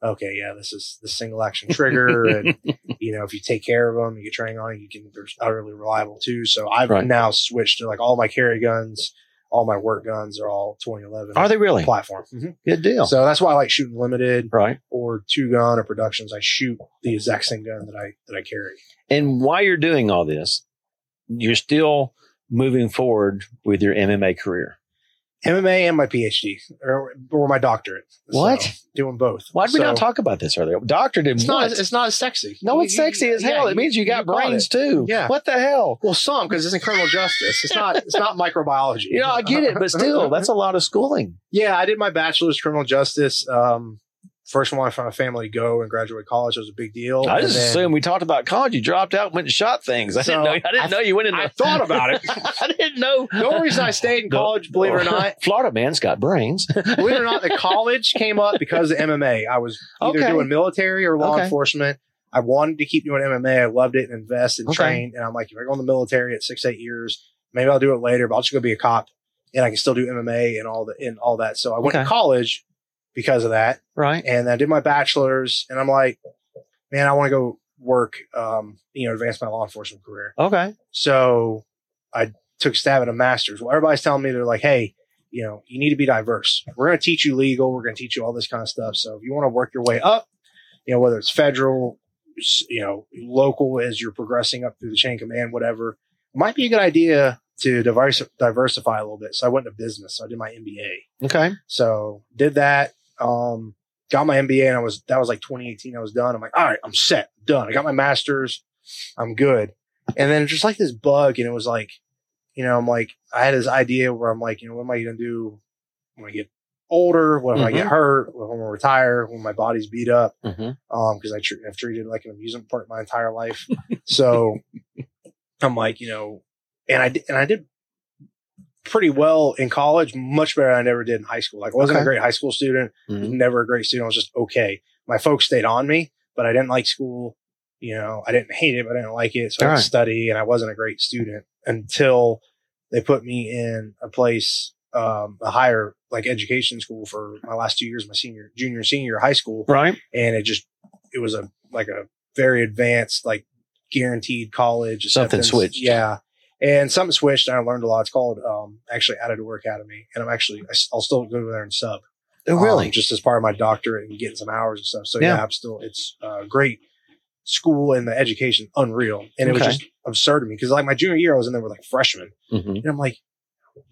S2: okay, yeah, this is the single action trigger. and, you know, if you take care of them, you get training on it, you can, they're utterly reliable too. So I've
S1: Right.
S2: now switched to like all my carry guns, all my work guns are all 2011
S1: are they really
S2: platform. Mhm.
S1: good deal
S2: So that's why I like shooting limited
S1: right
S2: or two gun or productions. I shoot the exact same gun that I, that I carry.
S1: and while you're doing all this you're still moving forward with your mma career
S2: MMA and my PhD or, or my doctorate.
S1: What?
S2: doing both.
S1: why did we not
S2: So-
S1: talk about this earlier doctor did
S2: It's not.
S1: what
S2: It's not as sexy.
S1: no
S2: You-
S1: it's
S2: you-
S1: sexy as
S2: yeah,
S1: hell it means you got
S2: bought
S1: brains
S2: it.
S1: too
S2: Yeah.
S1: what the hell
S2: Well, some because it's in criminal justice. It's not. It's not microbiology.
S1: you know i get it but still that's a lot of schooling
S2: yeah, I did my bachelor's criminal justice. Um, first one from a family to go and graduate college was a big deal.
S1: I
S2: And
S1: just
S2: then
S1: assumed we talked about college. You dropped out, went and shot things. I didn't
S2: So,
S1: know. I didn't
S2: I-
S1: know you went in.
S2: I
S1: there.
S2: thought about it.
S1: I didn't know.
S2: The only reason I stayed in
S1: The- oh,
S2: college, believe it or not,
S1: Florida man's got brains.
S2: believe it or not, the college came up because of MMA. I was either
S1: Okay.
S2: doing military or law
S1: Okay.
S2: enforcement. I wanted to keep doing MMA. I loved it and invest and
S1: Okay.
S2: train. And I'm like, if I go in the military at six, eight years, maybe I'll do it later, but I'll just go be a cop and I can still do MMA and all the and all that. So I went
S1: Okay.
S2: to college because of that.
S1: right.
S2: And I did my bachelor's and I'm like, man, I want to go work, um, you know, advance my law enforcement career.
S1: Okay.
S2: So I took a stab at a master's. Well, everybody's telling me they're like, hey, you know, you need to be diverse. We're going to teach you legal. We're going to teach you all this kind of stuff. So if you want to work your way up, you know, whether it's federal, s- you know, local as you're progressing up through the chain of command, whatever, might be a good idea to divers- diversify a little bit. So I went into business. So I did my MBA.
S1: Okay.
S2: So did that. Um, got my MBA and I was that was like 2018. I was done. I'm like, all right, I'm set, done. I got my master's, I'm good. And then just like this bug, and it was like, you know, I'm like, I had this idea where I'm like, you know, what am I gonna do when I get older? What if I
S1: Mhm.
S2: get hurt? What if I'm gonna retire? When my body's beat up?
S1: Mm-hmm.
S2: Um, because I tr- I've treated it like an amusement park my entire life. so I'm like, you know, and I di- and I did pretty well in college, much better than I ever did in high school. Like I wasn't
S1: Okay.
S2: a great high school student, was
S1: Mhm.
S2: never a great student. I was just okay. My folks stayed on me, but I didn't like school. You know, I didn't hate it, but I didn't like it. So I
S1: All
S2: had
S1: right.
S2: to study, and I wasn't a great student until they put me in a place, um, a higher like education school for my last two years, my senior, junior, senior year of high school
S1: Right.
S2: and it just it was a like a very advanced like guaranteed college
S1: Something
S2: acceptance.
S1: switched.
S2: yeah and something switched and i learned a lot it's called um actually out of the work academy and i'm actually I, will still go there and sub
S1: Oh,
S2: um,
S1: really?
S2: just as part of my doctorate and getting some hours and stuff so
S1: Yeah.
S2: yeah, i'm still it's uh great school and the education unreal and it was
S1: Okay.
S2: just absurd to me because like my junior year i was in there with like freshmen
S1: mm-hmm.
S2: and i'm like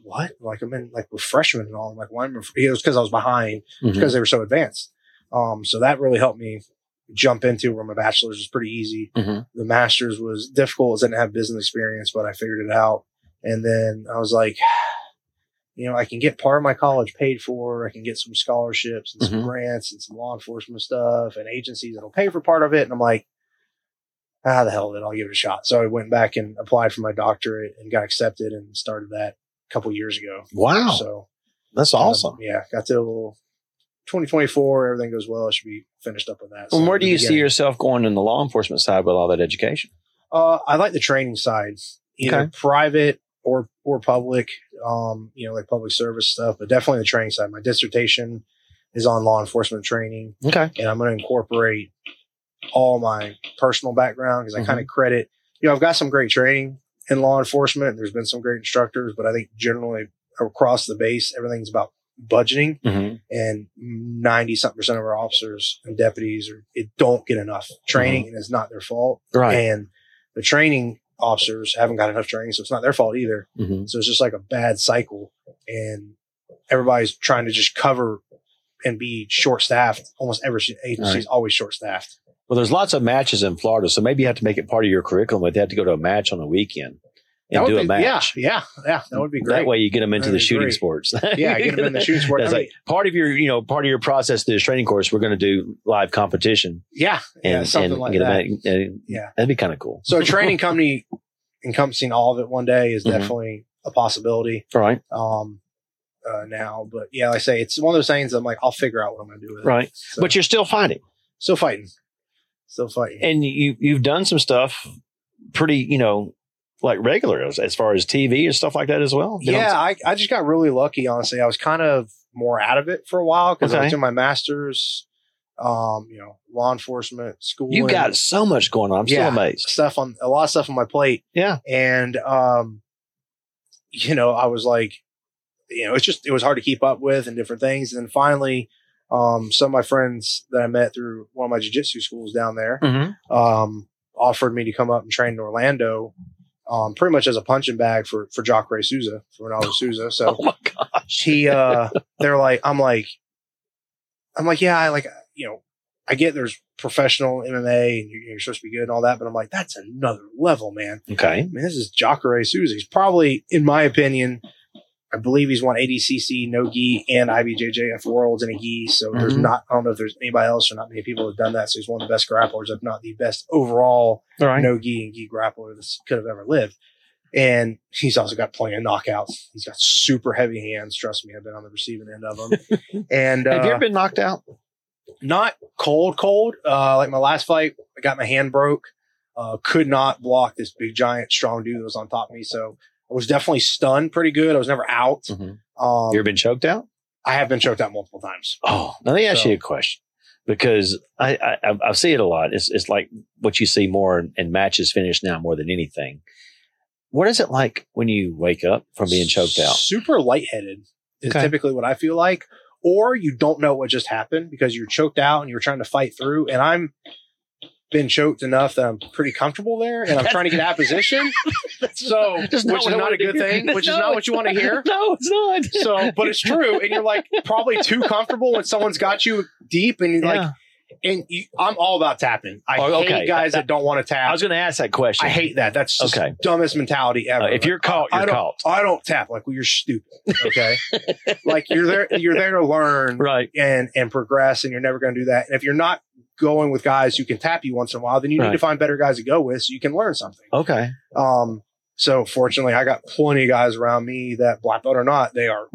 S2: what like i'm in like with freshmen and all i'm like why am I it was because i was behind because they were so advanced. Um, so that really helped me jump into where my bachelor's was pretty easy.
S1: Mhm.
S2: The master's was difficult. I didn't have business experience, but I figured it out. And then I was like, you know, I can get part of my college paid for. I can get some scholarships and some
S1: Mhm.
S2: grants and some law enforcement stuff and agencies that'll pay for part of it. And I'm like, ah, the hell with it. I'll give it a shot. So I went back and applied for my doctorate and got accepted and started that a couple years ago.
S1: Wow.
S2: So
S1: That's
S2: um,
S1: awesome.
S2: yeah, got till 2024. Everything goes well. I should be finished up with that. So
S1: and where do
S2: the
S1: you see
S2: beginning.
S1: yourself going in the law enforcement side with all that education?
S2: Uh, I like the training side, either
S1: Okay.
S2: private or or public. Um, you know, like public service stuff, but definitely the training side. My dissertation is on law enforcement training,
S1: Okay.
S2: and I'm going to incorporate all my personal background because I
S1: Mhm.
S2: kind of credit. You know, I've got some great training in law enforcement. There's been some great instructors, but I think generally across the base, everything's about budgeting.
S1: Mm-hmm.
S2: and 90 something percent of our officers and deputies are, it don't get enough
S1: Mm-hmm.
S2: training and it's not their fault
S1: Right.
S2: and the training officers haven't got enough training so it's not their fault either
S1: Mm-hmm.
S2: so it's just like a bad cycle and everybody's trying to just cover and be short staffed almost every agency is always short staffed
S1: Well, there's lots of matches in Florida, so maybe you have to make it part of your curriculum. But they have to go to a match on a weekend and do a match.
S2: yeah yeah yeah that would be great
S1: That way, you get them into
S2: That'd
S1: the
S2: be
S1: shooting
S2: great.
S1: sports.
S2: yeah get them in the shooting sport
S1: That's
S2: I mean,
S1: like part of your, you know, part of your process through this training course. We're going to do live competition
S2: yeah
S1: and,
S2: yeah something
S1: and
S2: like
S1: get 'em
S2: that
S1: at- and
S2: yeah
S1: that'd be kind of cool.
S2: So a training company encompassing all of it one day is
S1: Mhm.
S2: definitely a possibility
S1: All right,
S2: um, uh, now. But yeah, like I say, it's one of those things I'm like, I'll figure out what I'm going to do with it.
S1: right.
S2: So,
S1: But you're still fighting,
S2: still fighting. Still fighting.
S1: and you you've done some stuff pretty, you know, like regular as, as far as TV and stuff like that as well. You know,
S2: yeah, I, I just got really lucky, honestly. I was kind of more out of it for a while because I
S1: Okay.
S2: was doing my master's, um, you know, law enforcement, school.
S1: you got so much going on. I'm still
S2: Yeah.
S1: amazed.
S2: stuff on a lot of stuff on my plate.
S1: Yeah.
S2: And um, you know, I was like, you know, it's just it was hard to keep up with and different things. And then finally, um, some of my friends that I met through one of my jujitsu schools down there
S1: Mm-hmm.
S2: um offered me to come up and train in Orlando. Um, pretty much as a punching bag for for Jacare Souza, for Ronaldo Souza. So
S1: Oh my gosh.
S2: he uh they're like i'm like i'm like yeah i like you know i get there's professional mma and you're, you're supposed to be good and all that but i'm like that's another level man
S1: Okay.
S2: i mean this is jacare souza he's probably in my opinion i believe he's won adcc no gi and ibjjf worlds in a gi so there's
S1: Mhm.
S2: not i don't know if there's anybody else or not many people that have done that so he's one of the best grapplers if not the best overall
S1: All right.
S2: no gi and gi grappler this could have ever lived. And he's also got plenty of knockouts. He's got super heavy hands. Trust me, I've been on the receiving end of them. and
S1: Have you
S2: uh,
S1: ever been knocked out?
S2: not cold, cold. Uh, like my last fight, I got my hand broke. Uh, could not block this big, giant, strong dude that was on top of me. So I was definitely stunned pretty good. I was never out.
S1: Mhm.
S2: Um,
S1: You ever been choked out?
S2: I have been choked out multiple times.
S1: Oh, now let me ask
S2: So-
S1: you a question because I, I I- I see it a lot. It's it's like what you see more in, in matches finished now more than anything. What is it like when you wake up from being choked out?
S2: Super lightheaded is
S1: Okay.
S2: typically what I feel like. Or you don't know what just happened because you're choked out and you're trying to fight through. And I'm been choked enough that I'm pretty comfortable there and I'm trying to get out of position. so which is
S1: That's not what I
S2: not a
S1: wanted to
S2: good
S1: hear.
S2: thing, which is
S1: No,
S2: not what you want to hear.
S1: no, it's not.
S2: So but it's true. And you're like probably too comfortable when someone's got you deep and you're like
S1: Yeah.
S2: and you, I'm all about tapping. I
S1: Oh, okay.
S2: hate guys that, don't want to
S1: I
S2: tap.
S1: was going to ask that question.
S2: I hate that. That's just
S1: Okay.
S2: dumbest mentality ever.
S1: Uh, if you're caught,
S2: I
S1: you're
S2: don't-
S1: caught.
S2: I don't tap. Like well, you're stupid. Okay, like you're there. You're there to learn
S1: Right.
S2: and and progress, and you're never going to do that. And if you're not going with guys who can tap you once in a while, then you
S1: Right.
S2: need to find better guys to go with so you can learn something.
S1: Okay.
S2: Um, so fortunately, I got plenty of guys around me that black belt or not, they are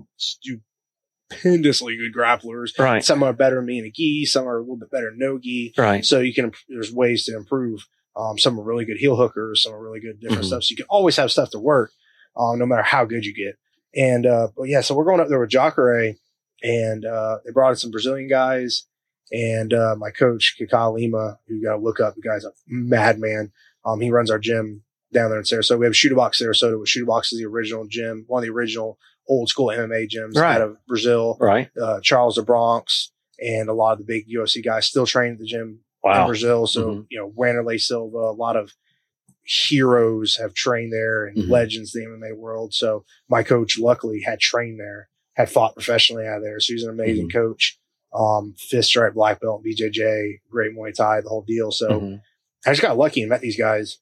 S2: stupendously good grapplers.
S1: Right.
S2: Some are better than me in a gi, some are a little bit better in no gi.
S1: Right.
S2: So you can there's ways to improve. Um, some are really good heel hookers, some are really good different
S1: Mhm.
S2: stuff. So you can always have stuff to work, um, no matter how good you get. And uh, but yeah, so we're going up there with Jacare, and uh, they brought in some Brazilian guys, and uh, my coach Kaká Lima, who you got to look up. The guy's a madman. Um, he runs our gym down there in Sarasota. We have Shooter Box Sarasota, which Shooter Box is the original gym, one of the original old school MMA gyms
S1: Right.
S2: out of Brazil.
S1: Right.
S2: Uh, Charles the Bronx and a lot of the big UFC guys still train at the gym in
S1: Wow.
S2: Brazil. So,
S1: Mhm.
S2: you know, Wanderlei Silva, a lot of heroes have trained there and
S1: Mhm.
S2: legends in the MMA world. So my coach luckily had trained there, had fought professionally out of there. So he's an amazing coach. Um, fist right black belt, BJJ, great Muay Thai, the whole deal. So
S1: Mhm.
S2: I just got lucky and met these guys.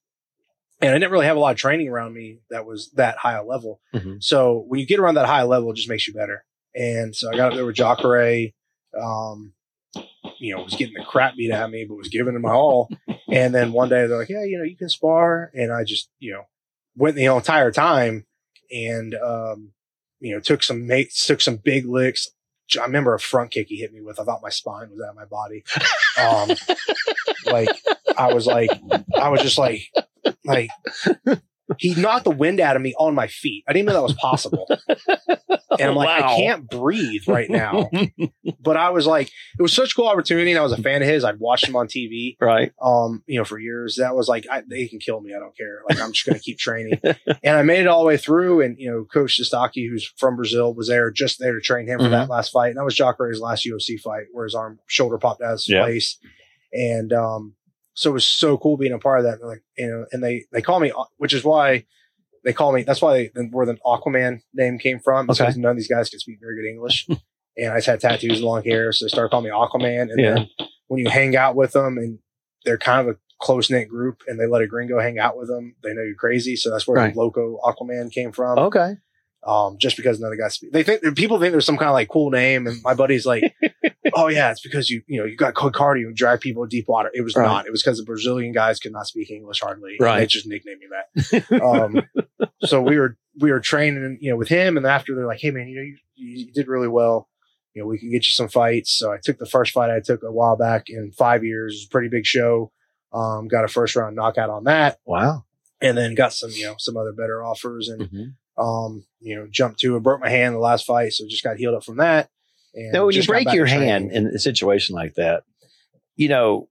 S2: And I didn't really have a lot of training around me that was that high a level.
S1: Mhm.
S2: So when you get around that high level, it just makes you better. And so I got up there with Jacare, um, you know, was getting the crap beat out of me, but was giving it my all. and then one day they're like, yeah, you know, you can spar. And I just, you know, went the entire time and, um, you know, took some mates, took some big licks. I remember a front kick he hit me with. I thought my spine was out of my body. Um, like I was like, I was just like, like he knocked the wind out of me on my feet. I didn't know that was possible. And I'm like,
S1: Wow.
S2: I can't breathe right now. but I was like, it was such a cool opportunity. And I was a fan of his. I'd watched him on TV,
S1: Right.
S2: um, you know, for years. That was like, I, they can kill me. I don't care. Like, I'm just going to keep training. and I made it all the way through. And, you know, Coach Destaki, who's from Brazil, was there just there to train him for that last fight. And that was Jacare's last UFC fight where his arm, shoulder popped out of his
S1: Yeah.
S2: face. And, um, so it was so cool being a part of that. And like, you know, and they, they call me, uh, which is why they call me, that's why they, where the Aquaman name came from. is
S1: Okay.
S2: Because none of these guys can speak very good English. and I just had tattoos and long hair. So they started calling me Aquaman. And
S1: Yeah.
S2: then when you hang out with them and they're kind of a close knit group and they let a gringo hang out with them, they know you're crazy. So that's where
S1: Right.
S2: Loco Aquaman came from.
S1: Okay.
S2: Um, just because none of the guys speak. They think people think there's some kind of like cool name. And my buddy's like, oh yeah, it's because you, you know, you got cold cardio and drive people in deep water. It was
S1: Right.
S2: not. It was because the Brazilian guys could not speak English hardly.
S1: Right.
S2: They just nicknamed me that. um, so we were, we were training, you know, with him. And after they're like, hey man, you know, you, you did really well. You know, we can get you some fights. So I took the first fight I took a while back in five years. It was a pretty big show. Um, got a first round knockout on that
S1: Wow.
S2: and then got some, you know, some other better offers and,
S1: Mhm.
S2: um, you know, jumped to and broke my hand in the last fight. So just got healed up from that. And
S1: Now, when you
S2: just got
S1: break
S2: back
S1: your
S2: to training.
S1: hand in a situation like that, you know,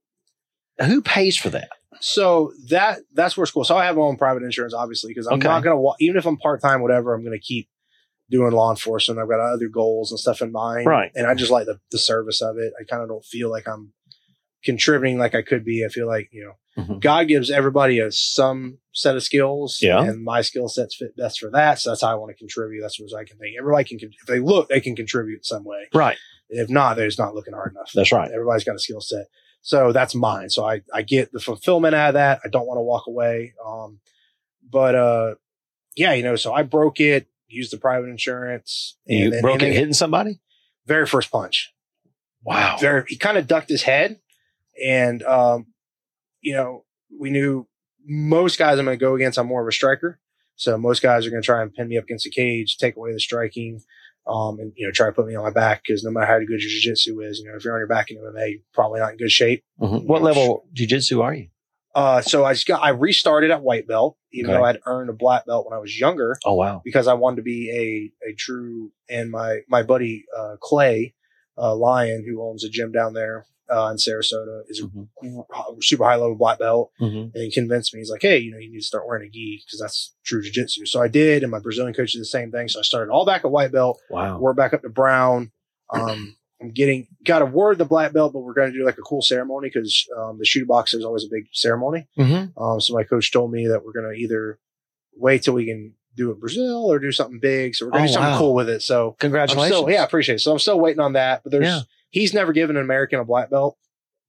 S1: who pays for that?
S2: So that that's where it's cool. So I have my own private insurance, obviously, because I'm
S1: Okay.
S2: not gonna wa- even if I'm part time, whatever. I'm gonna keep doing law enforcement. I've got other goals and stuff in mind,
S1: Right.
S2: And I just like the, the service of it. I kind of don't feel like I'm contributing like I could be. I feel like you know,
S1: Mhm.
S2: God gives everybody a some set of skills,
S1: Yeah.
S2: And my skill sets fit best for that, so that's how I want to contribute. That's what I can think. Everybody can, con- if they look, they can contribute some way.
S1: Right.
S2: If not, they're just not looking hard enough.
S1: That's right.
S2: Everybody's got a skill set. So that's mine. So I, I get the fulfillment out of that. I don't want to walk away. Um, but uh, yeah, you know, so I broke it, used the private insurance,
S1: you
S2: then-
S1: broke it
S2: then
S1: hitting somebody?
S2: very first punch.
S1: Wow.
S2: Very, he kind of ducked his head, and um, you know, we knew most guys I'm going to go against. I'm more of a striker, so most guys are going to try and pin me up against the cage, take away the striking, um, and you know, try to put me on my back because no matter how good your jiu-jitsu is, you know, if you're on your back in MMA, you're probably not in good shape.
S1: Mhm. What level jujitsu are you?
S2: Uh, so I just got I restarted at white belt, even
S1: Okay.
S2: though I'd earned a black belt when I was younger
S1: Oh, wow.
S2: because I wanted to be a a true. And my my buddy uh, Clay uh, Lyon, who owns a gym down there uh, in Sarasota, is a
S1: Mhm.
S2: gr- super high level black belt,
S1: Mhm.
S2: and he convinced me. He's like, hey, you know, you need to start wearing a gi because that's true jujitsu. So I did, and my Brazilian coach did the same thing. So I started all back at white belt.
S1: Wow.
S2: We're back up to brown. Um, I'm getting got a word the black belt, but we're going to do like a cool ceremony because um, the shooter box is always a big ceremony.
S1: Mhm.
S2: Um, so my coach told me that we're going to either wait till we can do it in Brazil or do something big. So we're going to
S1: Oh,
S2: do something
S1: wow.
S2: cool with it. So I'm
S1: Congratulations.
S2: still, yeah, I appreciate it. So I'm still waiting on that, but there's,
S1: Yeah.
S2: he's never given an American a black belt.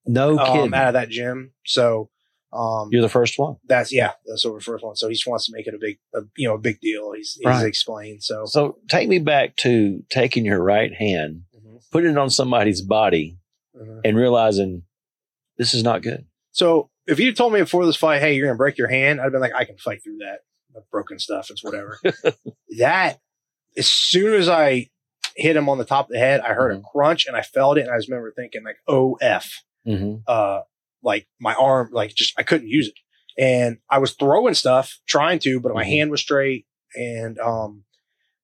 S1: No kidding.
S2: um, out of that gym. So um,
S1: You're the first one.
S2: that's yeah, that's what we're first one. So he just wants to make it a big, a, you know, a big deal. He's, he's
S1: Right.
S2: explained. So
S1: So take me back to taking your right hand,
S2: Mhm.
S1: putting it on somebody's body,
S2: Mhm.
S1: and realizing this is not good.
S2: So if you told me before this fight, hey, you're gonna break your hand, I'd have been like, I can fight through that. I've broken stuff, it's whatever. that as soon as I hit him on the top of the head, I heard a crunch and I felt it, and I just remember thinking like, "Oh f,"
S1: Mm-hmm.
S2: uh, like my arm, like just I couldn't use it, and I was throwing stuff trying to, but my
S1: Mhm.
S2: hand was straight, and um,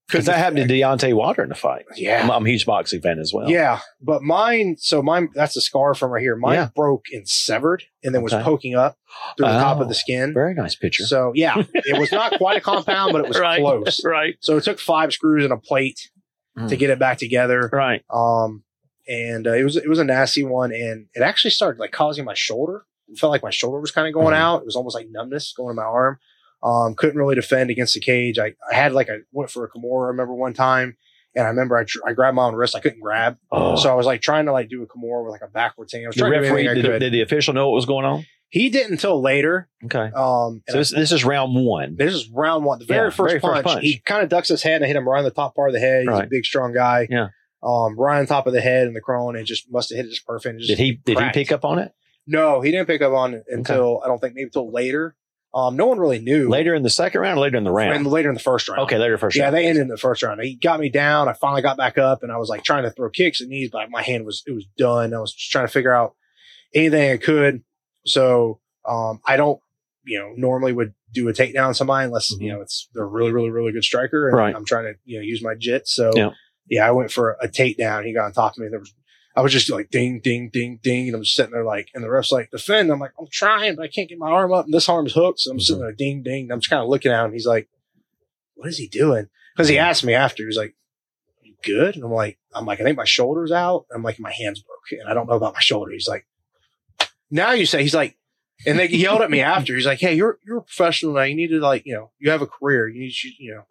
S1: Because that happened to Deontay Wilder in the fight.
S2: yeah,
S1: I'm, I'm a huge boxing fan as well.
S2: yeah, but mine. So mine. That's the scar from right here. Mine
S1: Yeah.
S2: broke and severed, and then
S1: Okay.
S2: was poking up through the top
S1: Oh,
S2: of the skin.
S1: Very nice picture.
S2: So yeah, it was not quite a compound, but it was
S1: Right.
S2: close.
S1: right.
S2: So it took five screws and a plate to
S1: Mm.
S2: get it back together.
S1: Right.
S2: Um, and uh, it was it was a nasty one, and it actually started like causing my shoulder. It felt like my shoulder was kind of going
S1: Mhm.
S2: out. It was almost like numbness going to my arm. Um, couldn't really defend against the cage. I, I had like I went for a kimura. I remember one time, and I remember I, tr- I grabbed my own wrist. I couldn't grab,
S1: Oh.
S2: so I was like trying to like do a kimura with like a backward thing. I was
S1: the
S2: trying to do
S1: referee,
S2: everything I
S1: did,
S2: could.
S1: did the official know what was going on?
S2: he didn't until later.
S1: Okay.
S2: Um, and
S1: So this, this is round one.
S2: this is round one. The very,
S1: Yeah,
S2: first,
S1: very first
S2: punch,
S1: punch.
S2: he kind of ducks his head and I hit him right on the top part of the head. He's a
S1: Right.
S2: big, strong guy.
S1: Yeah.
S2: Um, right on top of the head and the crown, and just must have hit it just perfect. and just-
S1: Did he did
S2: cracked.
S1: he pick up on it
S2: No, he didn't pick up on it until I don't think maybe until later. Um, no one really knew
S1: later in the second round? or Later in the round?
S2: and later in the first round.
S1: okay, later first
S2: yeah,
S1: round.
S2: they ended in the first round. He got me down. I finally got back up, and I was like trying to throw kicks and knees, but my hand was it was done. I was just trying to figure out anything I could. So um, I don't, you know, normally would do a takedown on somebody unless you
S1: Mhm.
S2: know it's they're a really, really, really good striker, and
S1: Right.
S2: I'm trying to you know use my jit. So
S1: Yeah.
S2: yeah. I went for a takedown. He got on top of me. There was. I was just like ding, ding, ding, ding, and I'm just sitting there like, and the ref's like defend. I'm like, I'm trying, but I can't get my arm up, and this arm's hooked. So I'm
S1: Mm-hmm.
S2: sitting there, ding, ding. And I'm just kind of looking at him. He's like, "What is he doing?" Because he asked me after, he was like, you "Good." And I'm like, "I'm like, I think my shoulder's out." I'm like, "My hands broke, and I don't know about my shoulder." He's like, "Now you say." He's like, and they yelled at me after. He's like, "Hey, you're you're a professional now. You need to like, you know, you have a career. You need you, you know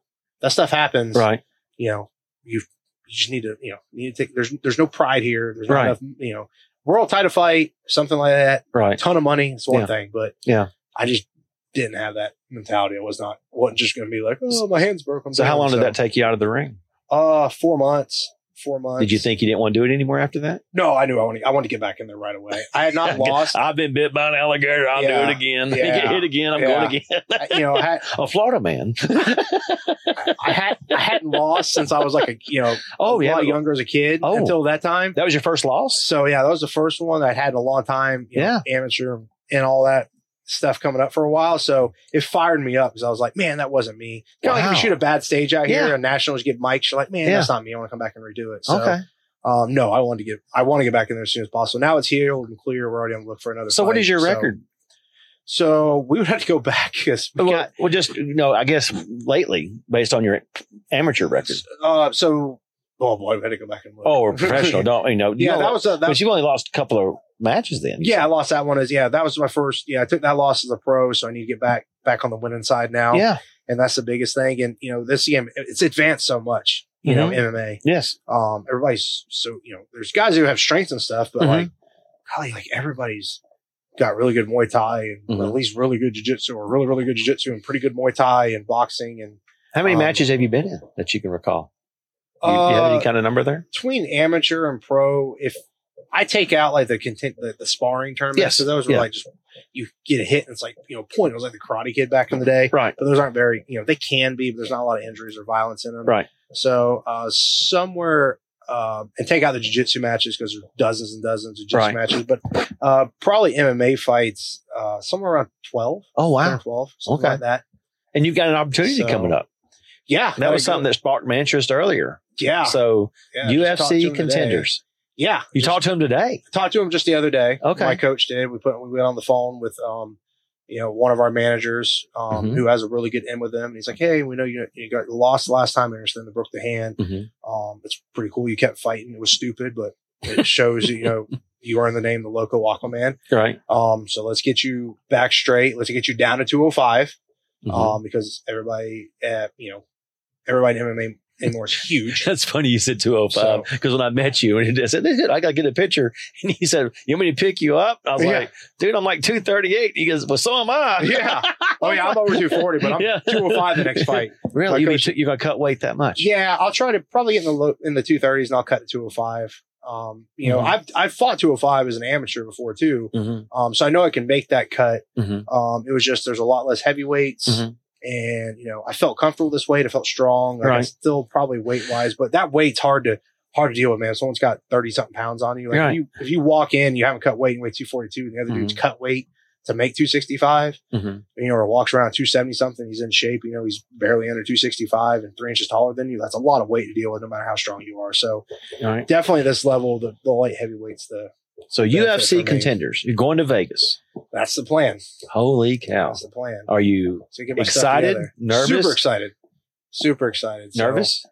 S2: that stuff happens.
S1: Right.
S2: You know, you you just need to you know you need to take. There's there's no pride here. There's not
S1: Right.
S2: enough. You know, we're all tied to fight something like that. A
S1: Right.
S2: ton of money. It's one
S1: Yeah.
S2: thing, but
S1: Yeah.
S2: I just didn't have that mentality. I was not wasn't just going to be like, oh, my hands broke. I'm
S1: So how
S2: down."
S1: long did that take you out of the ring?
S2: Uh, four months. Four months.
S1: Did you think you didn't want to do it anymore after that?
S2: No, I knew I wanted. I wanted to get back in there right away. I had not lost.
S1: I've been bit by an alligator. I'll
S2: Yeah.
S1: do it again.
S2: Yeah.
S1: Get hit again. I'm
S2: Yeah.
S1: going again.
S2: I- you know, I had,
S1: A Florida man.
S2: I had I hadn't lost since I was like a you know
S1: oh
S2: a
S1: yeah.
S2: lot younger as a kid
S1: Oh.
S2: until that time.
S1: That was your first loss.
S2: So yeah, that was the first one I had in a long time. you know, amateur and all that stuff coming up for a while. So it fired me up because I was like, man, that wasn't me. Kind of like if
S1: Wow.
S2: you shoot a bad stage out
S1: Yeah.
S2: here and nationals get mics, you're like, man,
S1: Yeah.
S2: that's not me. I want to come back and redo it. So um, no, I wanted to get I want to get back in there as soon as possible. Now it's healed and clear. We're already on the look for another.
S1: So what
S2: fight.
S1: is your
S2: So-
S1: record?
S2: So, we would have to go back because we
S1: well,
S2: got
S1: well, just you know, I guess lately, based on your amateur record.
S2: uh, so oh boy, we had to go back and look.
S1: Oh, or professional. don't you know? you
S2: yeah,
S1: know,
S2: that was a, that
S1: but you've only lost a couple of matches then.
S2: Yeah, I lost that one as yeah, that was my first yeah, I took that loss as a pro, so I need to get back back on the winning side now.
S1: Yeah.
S2: And that's the biggest thing. And you know, this game it's advanced so much, you
S1: Mhm.
S2: know, MMA.
S1: Yes.
S2: Um everybody's so you know, there's guys who have strengths and stuff, but
S1: Mhm.
S2: like golly, like everybody's got really good Muay Thai and
S1: Mhm.
S2: at least really good jiu-jitsu or really, really good jiu-jitsu and pretty good Muay Thai and boxing and
S1: How many
S2: Um,
S1: matches have you been in that you can recall? You, you have
S2: uh,
S1: any kind of number there?
S2: between amateur and pro, if I take out like the content, the, the sparring tournaments,
S1: Yes.
S2: so those were
S1: Yeah.
S2: like just you get a hit and it's like you know point. It was like the Karate Kid back in the day,
S1: Right.
S2: but those aren't very you know they can be, but there's not a lot of injuries or violence in them,
S1: Right.
S2: So uh, somewhere uh, and take out the jiu-jitsu matches because there's dozens and dozens of jiu-jitsu
S1: Right.
S2: matches, but uh, probably MMA fights uh, somewhere around 12,
S1: Oh
S2: 10 or
S1: wow!
S2: 12, something
S1: Okay.
S2: like that.
S1: And you've got an opportunity
S2: So,
S1: coming up.
S2: Yeah,
S1: That was something that sparked my interest earlier.
S2: yeah,
S1: so
S2: Ah, yeah, just talked to
S1: UFC
S2: him today.
S1: contenders.
S2: Yeah,
S1: You
S2: just-
S1: talked to him today.
S2: talked to him just the other day.
S1: Okay.
S2: my coach did. We put we went on the phone with um, you know, one of our managers um,
S1: Mhm.
S2: who has a really good end with them. He's like, hey, we know you you got lost last time, Anderson. They broke the hand.
S1: Mhm.
S2: Um, it's pretty cool. You kept fighting. It was stupid, but it shows you know you earned the name the Loco Aquaman.
S1: Right.
S2: Um, so let's get you back straight. Let's get you down to 205
S1: Mhm.
S2: um, because eh, everybody, uh, you know, everybody in MMA anymore. It's huge.
S1: That's funny you said 205 because when I met you and I said, I got to get a picture. And he said, You want me to pick you up? I was
S2: Yeah.
S1: like, Dude, I'm like 238. He goes, Well, so am I.
S2: yeah. Oh yeah, I'm over 240, but I'm
S1: Yeah.
S2: 205 the next fight.
S1: Really?
S2: My
S1: You mean
S2: coach-
S1: you're going to cut weight that much?
S2: Yeah, I'll try to probably get in the low, in the 230s and I'll cut to 205. Um, you know,
S1: Mhm.
S2: I've I've fought 205 as an amateur before too.
S1: Mhm.
S2: Um, so I know I can make that cut.
S1: Mhm.
S2: Um, it was just there's a lot less heavyweights.
S1: Mhm.
S2: And you know, I felt comfortable this weight. I felt strong. Like, I
S1: Right.
S2: still probably weight wise, but that weight's hard to hard to deal with, man. If someone's got thirty something pounds on you. Like
S1: Right. Mm-hmm.
S2: if you if you walk in, you haven't cut weight and weigh two forty two, and the other dude's cut weight to make two sixty five
S1: Mhm.
S2: you know, or walks around 270 something, he's in shape, you know, he's barely under 265 and three inches taller than you. That's a lot of weight to deal with, no matter how strong you are. So
S1: All right.
S2: definitely this level, the, the light heavyweight's the,
S1: So
S2: Benefit
S1: UFC
S2: from me.
S1: contenders, you're going to Vegas.
S2: that's the plan.
S1: Holy cow!
S2: That's the plan.
S1: Are you
S2: So get my stuff
S1: Uh, excited?
S2: together.
S1: Nervous?
S2: Super excited. Super excited. So-
S1: Nervous?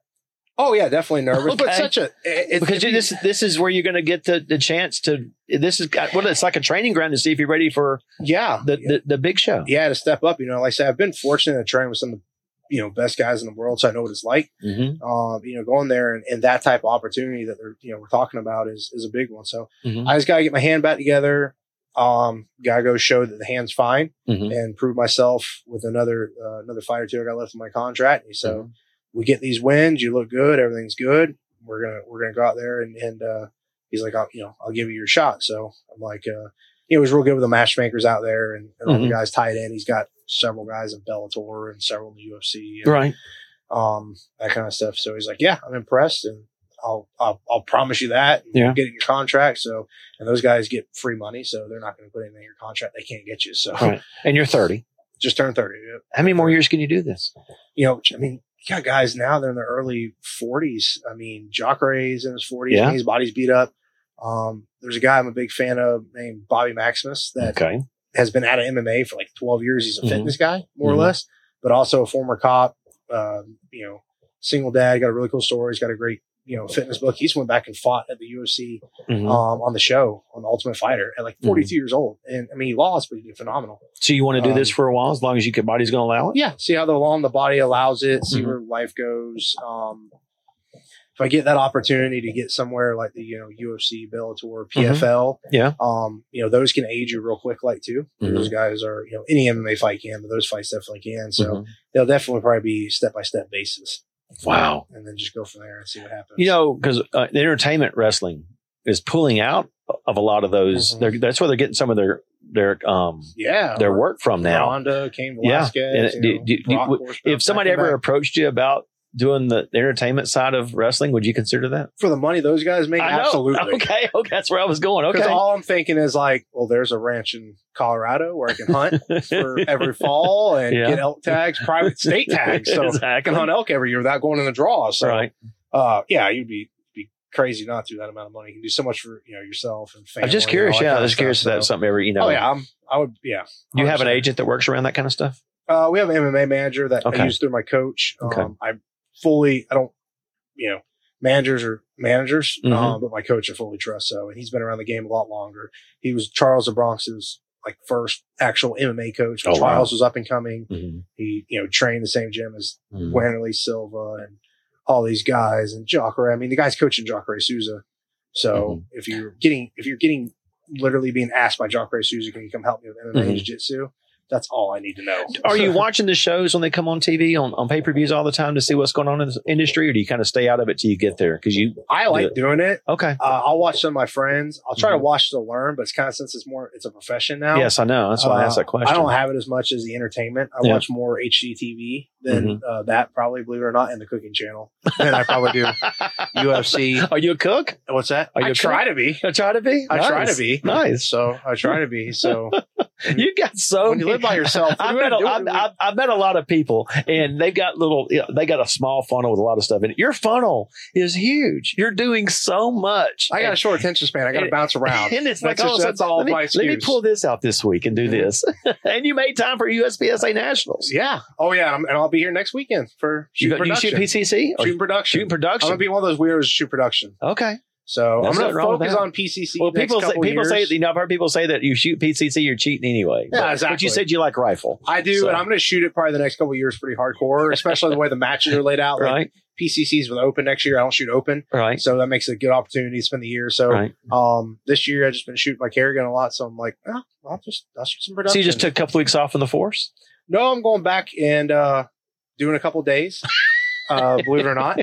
S2: Oh yeah, definitely nervous, but
S1: Okay.
S2: such a, it,
S1: because you, this this is where you're going to get the, the chance to. This is uh, well, it's like a training ground to see if you're ready for
S2: yeah,
S1: the the, the big show.
S2: yeah, to step up, you know, like I said, I've been fortunate to train with some of the, you know, best guys in the world. So I know what it's like.
S1: Mm-hmm.
S2: um, you know, going there and, and that type of opportunity that they're, you know, we're talking about is, is a big one. So
S1: Mhm.
S2: I just got to get my hand back together. Um, gotta go show that the hand's fine
S1: Mhm.
S2: and prove myself with another, uh, another fight or two I got left in my contract. And so
S1: Mm-hmm.
S2: we get these wins, you look good, everything's good. We're going to, we're going to go out there and, and, uh, he's like, I'll, you know, I'll give you your shot. So I'm like, uh, it was real good with the matchmakers out there and, and all the
S1: Mhm.
S2: guys tied in. He's got several guys in Bellator and several in the UFC. And,
S1: right.
S2: um, that kind of stuff. So he's like, yeah, I'm impressed, and I'll I'll, I'll promise you that. and
S1: Yeah.
S2: we'll get in your contract. So and those guys get free money, so they're not going to put anything in your contract. They can't get you. So
S1: Right. And you're 30.
S2: just turn thirty. Yep.
S1: How many more years can you do this?
S2: You know, I mean, you got guys now they're in their early forties. I mean, Jacare's in his forties.
S1: Yeah.
S2: and His body's beat up. Um, there's a guy I'm a big fan of named Bobby Maximus that
S1: Okay.
S2: has been out of MMA for like 12 years. He's a
S1: Mhm.
S2: fitness guy, more
S1: Mhm.
S2: or less, but also a former cop. Um, you know, single dad. Got a really cool story. He's got a great you know fitness book. He's went back and fought at the UFC
S1: Mhm.
S2: um, on the show on the Ultimate Fighter at like 42 years old. And I mean, he lost, but he did phenomenal.
S1: so you want to do this
S2: um,
S1: for a while, as long as you your body's going to allow it.
S2: Yeah, see how the long the body allows it. See
S1: Mhm.
S2: where life goes. Um, if I get that opportunity to get somewhere like the you know UFC, Bellator, PFL,
S1: Mm-hmm. Yeah. Mm-hmm.
S2: um, you know those can age you real quick, like too. Those guys are you know any MMA fight can, but those fights definitely can. So
S1: Mhm.
S2: they'll definitely probably be step by step basis,
S1: Wow.
S2: and then just go from there and see what happens.
S1: you know, because uh, the entertainment wrestling is pulling out of a lot of those.
S2: Mhm.
S1: They're, that's where they're getting some of their their um
S2: yeah,
S1: their work from now.
S2: Ronda, Cain
S1: Yeah.
S2: Velasquez.
S1: And do- do- do- would- If somebody ever approached you about doing the entertainment side of wrestling, would you consider that?
S2: for the money those guys make,
S1: I know.
S2: absolutely.
S1: Okay. Okay. That's where I was going.
S2: Because
S1: Okay.
S2: all I'm thinking is like, well, there's a ranch in Colorado where I can hunt for every fall and
S1: Yeah.
S2: get elk tags, private state tags. So I
S1: exactly.
S2: can hunt elk every year without going in the draw. So
S1: right.
S2: uh, yeah, you'd be be crazy not to that amount of money. You can do so much for you know yourself and family.
S1: I'm just
S2: and
S1: curious.
S2: all that
S1: Yeah.
S2: kind
S1: I'm
S2: of
S1: just curious if
S2: stuff.
S1: that's something ever, you
S2: So-
S1: know,
S2: Oh yeah, I'm, I would. Yeah,
S1: you have an
S2: 100%.
S1: agent that works around that kind of stuff.
S2: Uh, we have an MMA manager that
S1: Okay.
S2: I use through my coach. Um,
S1: Okay.
S2: I fully, I don't, you know, managers are managers,
S1: Mhm.
S2: um, but my coach I fully trust. So, and he's been around the game a lot longer. He was Charles the Bronx's like first actual MMA coach.
S1: Oh, wow.
S2: Charles was up and coming. He, you know, trained the same gym as
S1: Mhm.
S2: Wanderlei Silva and all these guys and Jacare. I mean, the guy's coaching Jacare Souza. So
S1: Mm-hmm.
S2: if you're getting if you're getting literally being asked by Jacare Souza, can you come help me with MMA
S1: Mhm.
S2: Jiu Jitsu? That's all I need to know.
S1: Are you watching the shows when they come on TV on, on pay per views all the time to see what's going on in the industry, or do you kind of stay out of it till you get there? Because you
S2: I like doing it.
S1: okay?
S2: Uh, I'll watch some of my friends. I'll try
S1: Mhm.
S2: to watch to learn, but it's kind of since it's more it's a profession now.
S1: Yes, I know. That's why I asked
S2: Uh,
S1: that question.
S2: I don't have it as much as the entertainment. I
S1: Yeah. Mm-hmm.
S2: watch more HGTV than uh, that, probably believe it or not, and the cooking channel. Than I probably do UFC.
S1: Are you a cook?
S2: What's that?
S1: Are you
S2: I
S1: a
S2: try to be.
S1: I try to be.
S2: I try
S1: Nice.
S2: to be.
S1: nice.
S2: So I try to be. So
S1: You got so.
S2: when you live by yourself,
S1: I
S2: you
S1: met, a,
S2: gotta do
S1: I,
S2: it.
S1: I, I met a lot of people, and they've got little. You know, they got a small funnel with a lot of stuff in it. Your funnel is huge. You're doing so much.
S2: I got a short attention span. I got to bounce around.
S1: and it's like,
S2: That's
S1: oh,
S2: just-
S1: so
S2: that's all
S1: let, me,
S2: my
S1: let me
S2: excuse. Mm-hmm.
S1: pull this out this week and do this. and you made time for USPSA Nationals.
S2: Yeah. Oh yeah. And, I'm, and I'll be here next weekend for
S1: You,
S2: shooting
S1: got, you shoot
S2: production.
S1: PCC or
S2: Shooting production.
S1: shooting
S2: I'm
S1: production?
S2: gonna be one of those weirdos who shoot production.
S1: okay.
S2: So
S1: That's
S2: I'm going
S1: nothing
S2: to
S1: wrong with
S2: focus
S1: that.
S2: on PCC.
S1: Well,
S2: next
S1: people say,
S2: couple
S1: people say
S2: years.
S1: you know I've heard people say that you shoot PCC, you're cheating anyway.
S2: Yeah,
S1: but, But
S2: exactly.
S1: you said you like rifle,
S2: I do,
S1: So-
S2: and I'm going to shoot it probably the next couple years pretty hardcore, especially the way the matches are laid out. Like
S1: right?
S2: PCCs with open next year, I don't shoot open,
S1: Right.
S2: so that makes it a good opportunity to spend the year. So
S1: Right.
S2: um, this year I've just been shooting my Kerrigan a lot, so I'm like, ah, I'll just I'll shoot some production.
S1: So you just took a couple weeks off from the force.
S2: No, I'm going back and uh, doing a couple days. Uh, believe it or not,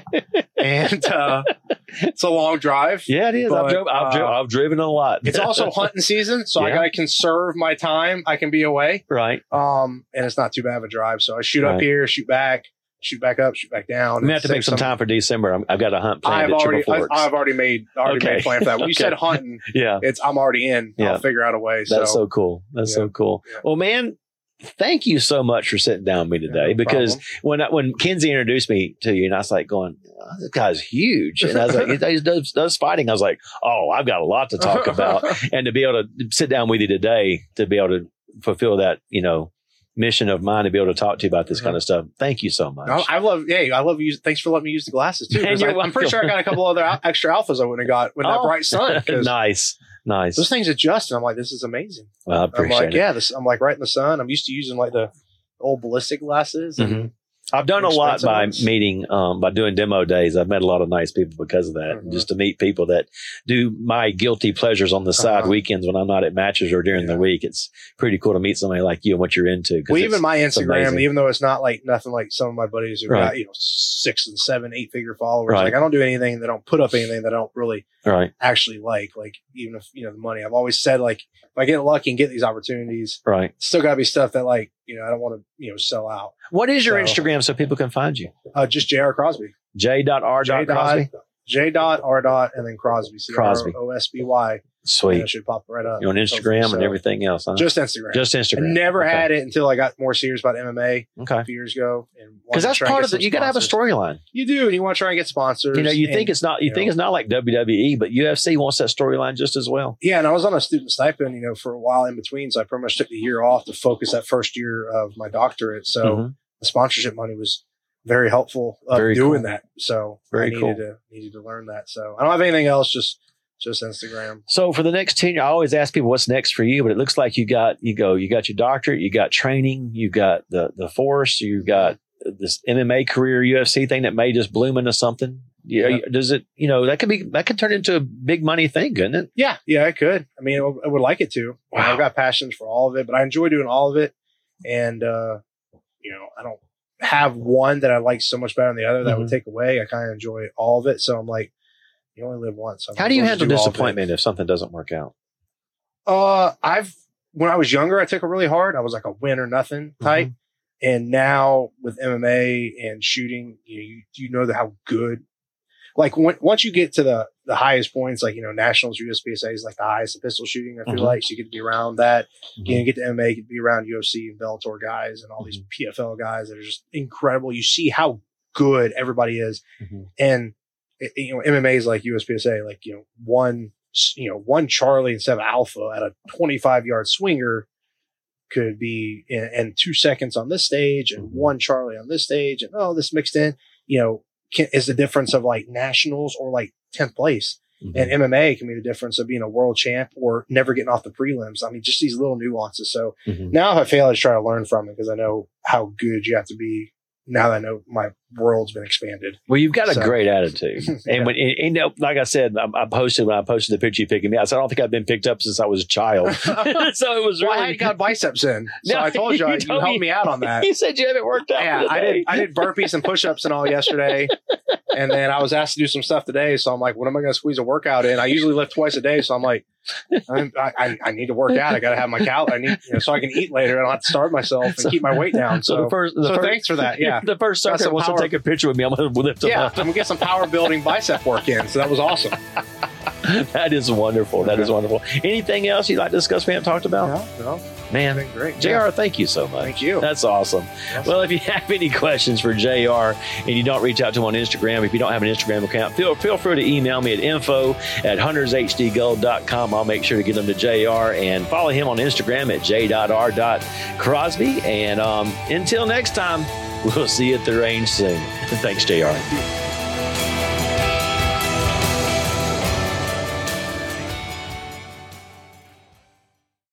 S2: and uh, it's a long drive.
S1: Yeah, it is.
S2: But,
S1: I've, drove, I've, drove,
S2: uh,
S1: I've driven a lot.
S2: It's also hunting season, so I
S1: Yeah.
S2: got to conserve my time. I can be away.
S1: right.
S2: Um, and it's not too bad of a drive. So I shoot up
S1: Right.
S2: here, shoot back, shoot back up, shoot back down.
S1: I'm gonna
S2: It
S1: have to make
S2: saves
S1: some time for December. I'm, I've got a hunt planned
S2: I've
S1: at
S2: already,
S1: Triple
S2: I've,
S1: Forks.
S2: I've already made, already
S1: Okay.
S2: made a plan for that. When you said
S1: Okay.
S2: hunting,
S1: yeah,
S2: it's I'm already in.
S1: Yeah.
S2: I'll figure out a way. So,
S1: that's so, cool. That's
S2: Yeah.
S1: so cool.
S2: Yeah.
S1: Well, man, thank you so much for sitting down with me
S2: Yeah,
S1: today
S2: no
S1: because
S2: problem.
S1: when I, when Kenzie introduced me to you, and I was like going, "Oh, "This guy's huge," and I was like, "He does, does fighting." I was like, "Oh, I've got a lot to talk about," and to be able to sit down with you today to be able to fulfill that, you know. Mission of mine to be able to talk to you about this kind of stuff. Thank you so much.
S2: Uh-huh. I I love, yeah, I love you. Thanks for letting me use the glasses too.
S1: Man,
S2: 'cause
S1: you're
S2: I, am pretty sure I got a couple other al- extra alphas I wouldn't have got with that
S1: Oh.
S2: bright sun. 'cause
S1: nice, nice.
S2: Those things adjust, and I'm like, this is amazing.
S1: Well, I
S2: I'm
S1: appreciate
S2: like,
S1: it.
S2: yeah, this. I'm like right in the sun. I'm used to using like the old ballistic glasses. and-
S1: Mhm. I've done a lot
S2: Expensive
S1: by
S2: ones.
S1: meeting, um, by doing demo days. I've met a lot of nice people because of that.
S2: Mhm.
S1: Just to meet people that do my guilty pleasures on the side
S2: Uh-huh.
S1: weekends when I'm not at matches or during the
S2: Yeah.
S1: week. It's pretty cool to meet somebody like you and what you're into. 'cause
S2: Well,
S1: it's-
S2: even my Instagram,
S1: amazing.
S2: even though it's not like nothing like some of my buddies who've
S1: Right.
S2: got you know six and seven, eight figure followers.
S1: Right.
S2: Like I don't do anything that I don't put up anything that I don't really
S1: right,
S2: actually like. Like even if you know the money, I've always said like if I get lucky and get these opportunities,
S1: right.
S2: it's still got to be stuff that like you know I don't want to you know sell out.
S1: What is your
S2: So-
S1: Instagram so people can find you?
S2: Uh, just J.R. Crosby,
S1: J.R.
S2: J.
S1: Crosby.
S2: J. Dot R. Dot, and then Crosby, C R
S1: Crosby.
S2: O S B Y. And it
S1: Sweet.
S2: should pop right up.
S1: You're on Instagram
S2: So,
S1: and everything else. Huh? Just,
S2: Just Instagram. I
S1: Instagram.
S2: never
S1: Okay.
S2: had it until I got more serious about MMA
S1: Okay.
S2: a few years ago. and wanted
S1: Because
S2: to
S1: that's
S2: try and
S1: part
S2: get
S1: of the,
S2: some
S1: you got to have a
S2: sponsors.
S1: storyline.
S2: You do, and you want to try and get sponsors.
S1: You know, you
S2: and-
S1: think it's not, you
S2: you
S1: think
S2: know.
S1: it's not like WWE, but UFC wants that storyline just as well.
S2: yeah. And I was on a student stipend, you know, for a while in between, so I pretty much took the year off to focus that first year of my doctorate. So
S1: Mhm.
S2: the sponsorship money was very helpful of
S1: Very
S2: doing
S1: cool.
S2: that. So
S1: Very
S2: I needed
S1: cool.
S2: to needed to learn that. So I don't have anything else, just just Instagram.
S1: So for the next 10 years, I always ask people what's next for you, but it looks like you got, you go, you got your doctorate, you got training, you got the, the force, you got this MMA career, UFC thing that may just bloom into something. Yeah.
S2: Yeah.
S1: Does it, you know, that could be, that could turn into a big money thing, couldn't it?
S2: Yeah, yeah, I could. I mean, I would- I would like it to.
S1: Wow.
S2: I've got passions for all of it, but I enjoy doing all of it. And uh, you know, I don't have one that I like so much better than the other that
S1: Mm-hmm.
S2: would take away. I kind of enjoy all of it. So I'm like, you only live once. I'm
S1: How do you
S2: gonna
S1: handle
S2: all of it.
S1: disappointment if something doesn't work out?
S2: Uh, I've when I was younger, I took it really hard. I was like a win or nothing type. And now with MMA and shooting, you you, you know how good. Like when, once you get to the the highest points, like you know nationals, USPSA is like the highest in pistol shooting. I feel
S1: Mhm.
S2: like so you get to be around that. You,
S1: Mhm.
S2: know, you get to MMA, you get to be around UFC and Bellator guys and all these PFL guys that are just incredible. You see how good everybody is,
S1: Mhm.
S2: and it- it- you know MMA is like USPSA, like you know one s- you know one Charlie instead of Alpha at a 25 yard swinger could be in, and two seconds on this stage and
S1: Mhm.
S2: one Charlie on this stage and oh this mixed in you know can, is the difference of like nationals or like 10th place
S1: Mhm.
S2: and MMA can be the difference of being a world champ or never getting off the prelims. I mean, just these little nuances. So
S1: Mhm.
S2: now if I fail, I just try to learn from it because I know how good you have to be. Now that I know my world's been expanded.
S1: Well, you've got a
S2: So-
S1: great attitude, and
S2: Yeah.
S1: when and, and, uh, like I said, I, I posted when I posted the picture you picking me. I said I don't think I've been picked up since I was a child, so
S2: well,
S1: it was
S2: I
S1: really.
S2: had got biceps in, so
S1: No,
S2: I told you,
S1: you
S2: I, you
S1: told me-
S2: helped me out on that.
S1: you said you haven't worked out.
S2: Yeah,
S1: for the
S2: I did.
S1: day.
S2: I did burpees and push-ups and all yesterday, and then I was asked to do some stuff today. So I'm like, what am I going to squeeze a workout in? I usually lift twice a day, so I'm like, I'm, I, I I need to work out. I got to have my cal. I need you know, so I can eat later. I don't have to starve myself and
S1: So-
S2: keep my weight down.
S1: So, the
S2: So,
S1: first, the
S2: so
S1: first,
S2: thanks for that. Yeah.
S1: the first
S2: Got
S1: sucker
S2: some
S1: wants to
S2: power.
S1: take a picture with me. I'm going to lift him
S2: Yeah, I'm
S1: up.
S2: gonna get some power building bicep work in, so that was awesome.
S1: That is wonderful. That
S2: Okay.
S1: is wonderful. Anything else you'd like to discuss? We haven't talked about,
S2: No, no, it's
S1: man.
S2: been great.
S1: Jr. Thank you so much.
S2: thank you.
S1: That's awesome.
S2: Yes.
S1: Well, if you have any questions for JR and you don't reach out to him on Instagram, if you don't have an Instagram account, feel, feel free to email me at info at huntershdgold.com. I'll make sure to get them to JR and follow him on Instagram at j.r.crosby. And um, until next time, we'll see you at the range soon. Thanks, JR.
S2: Thank you.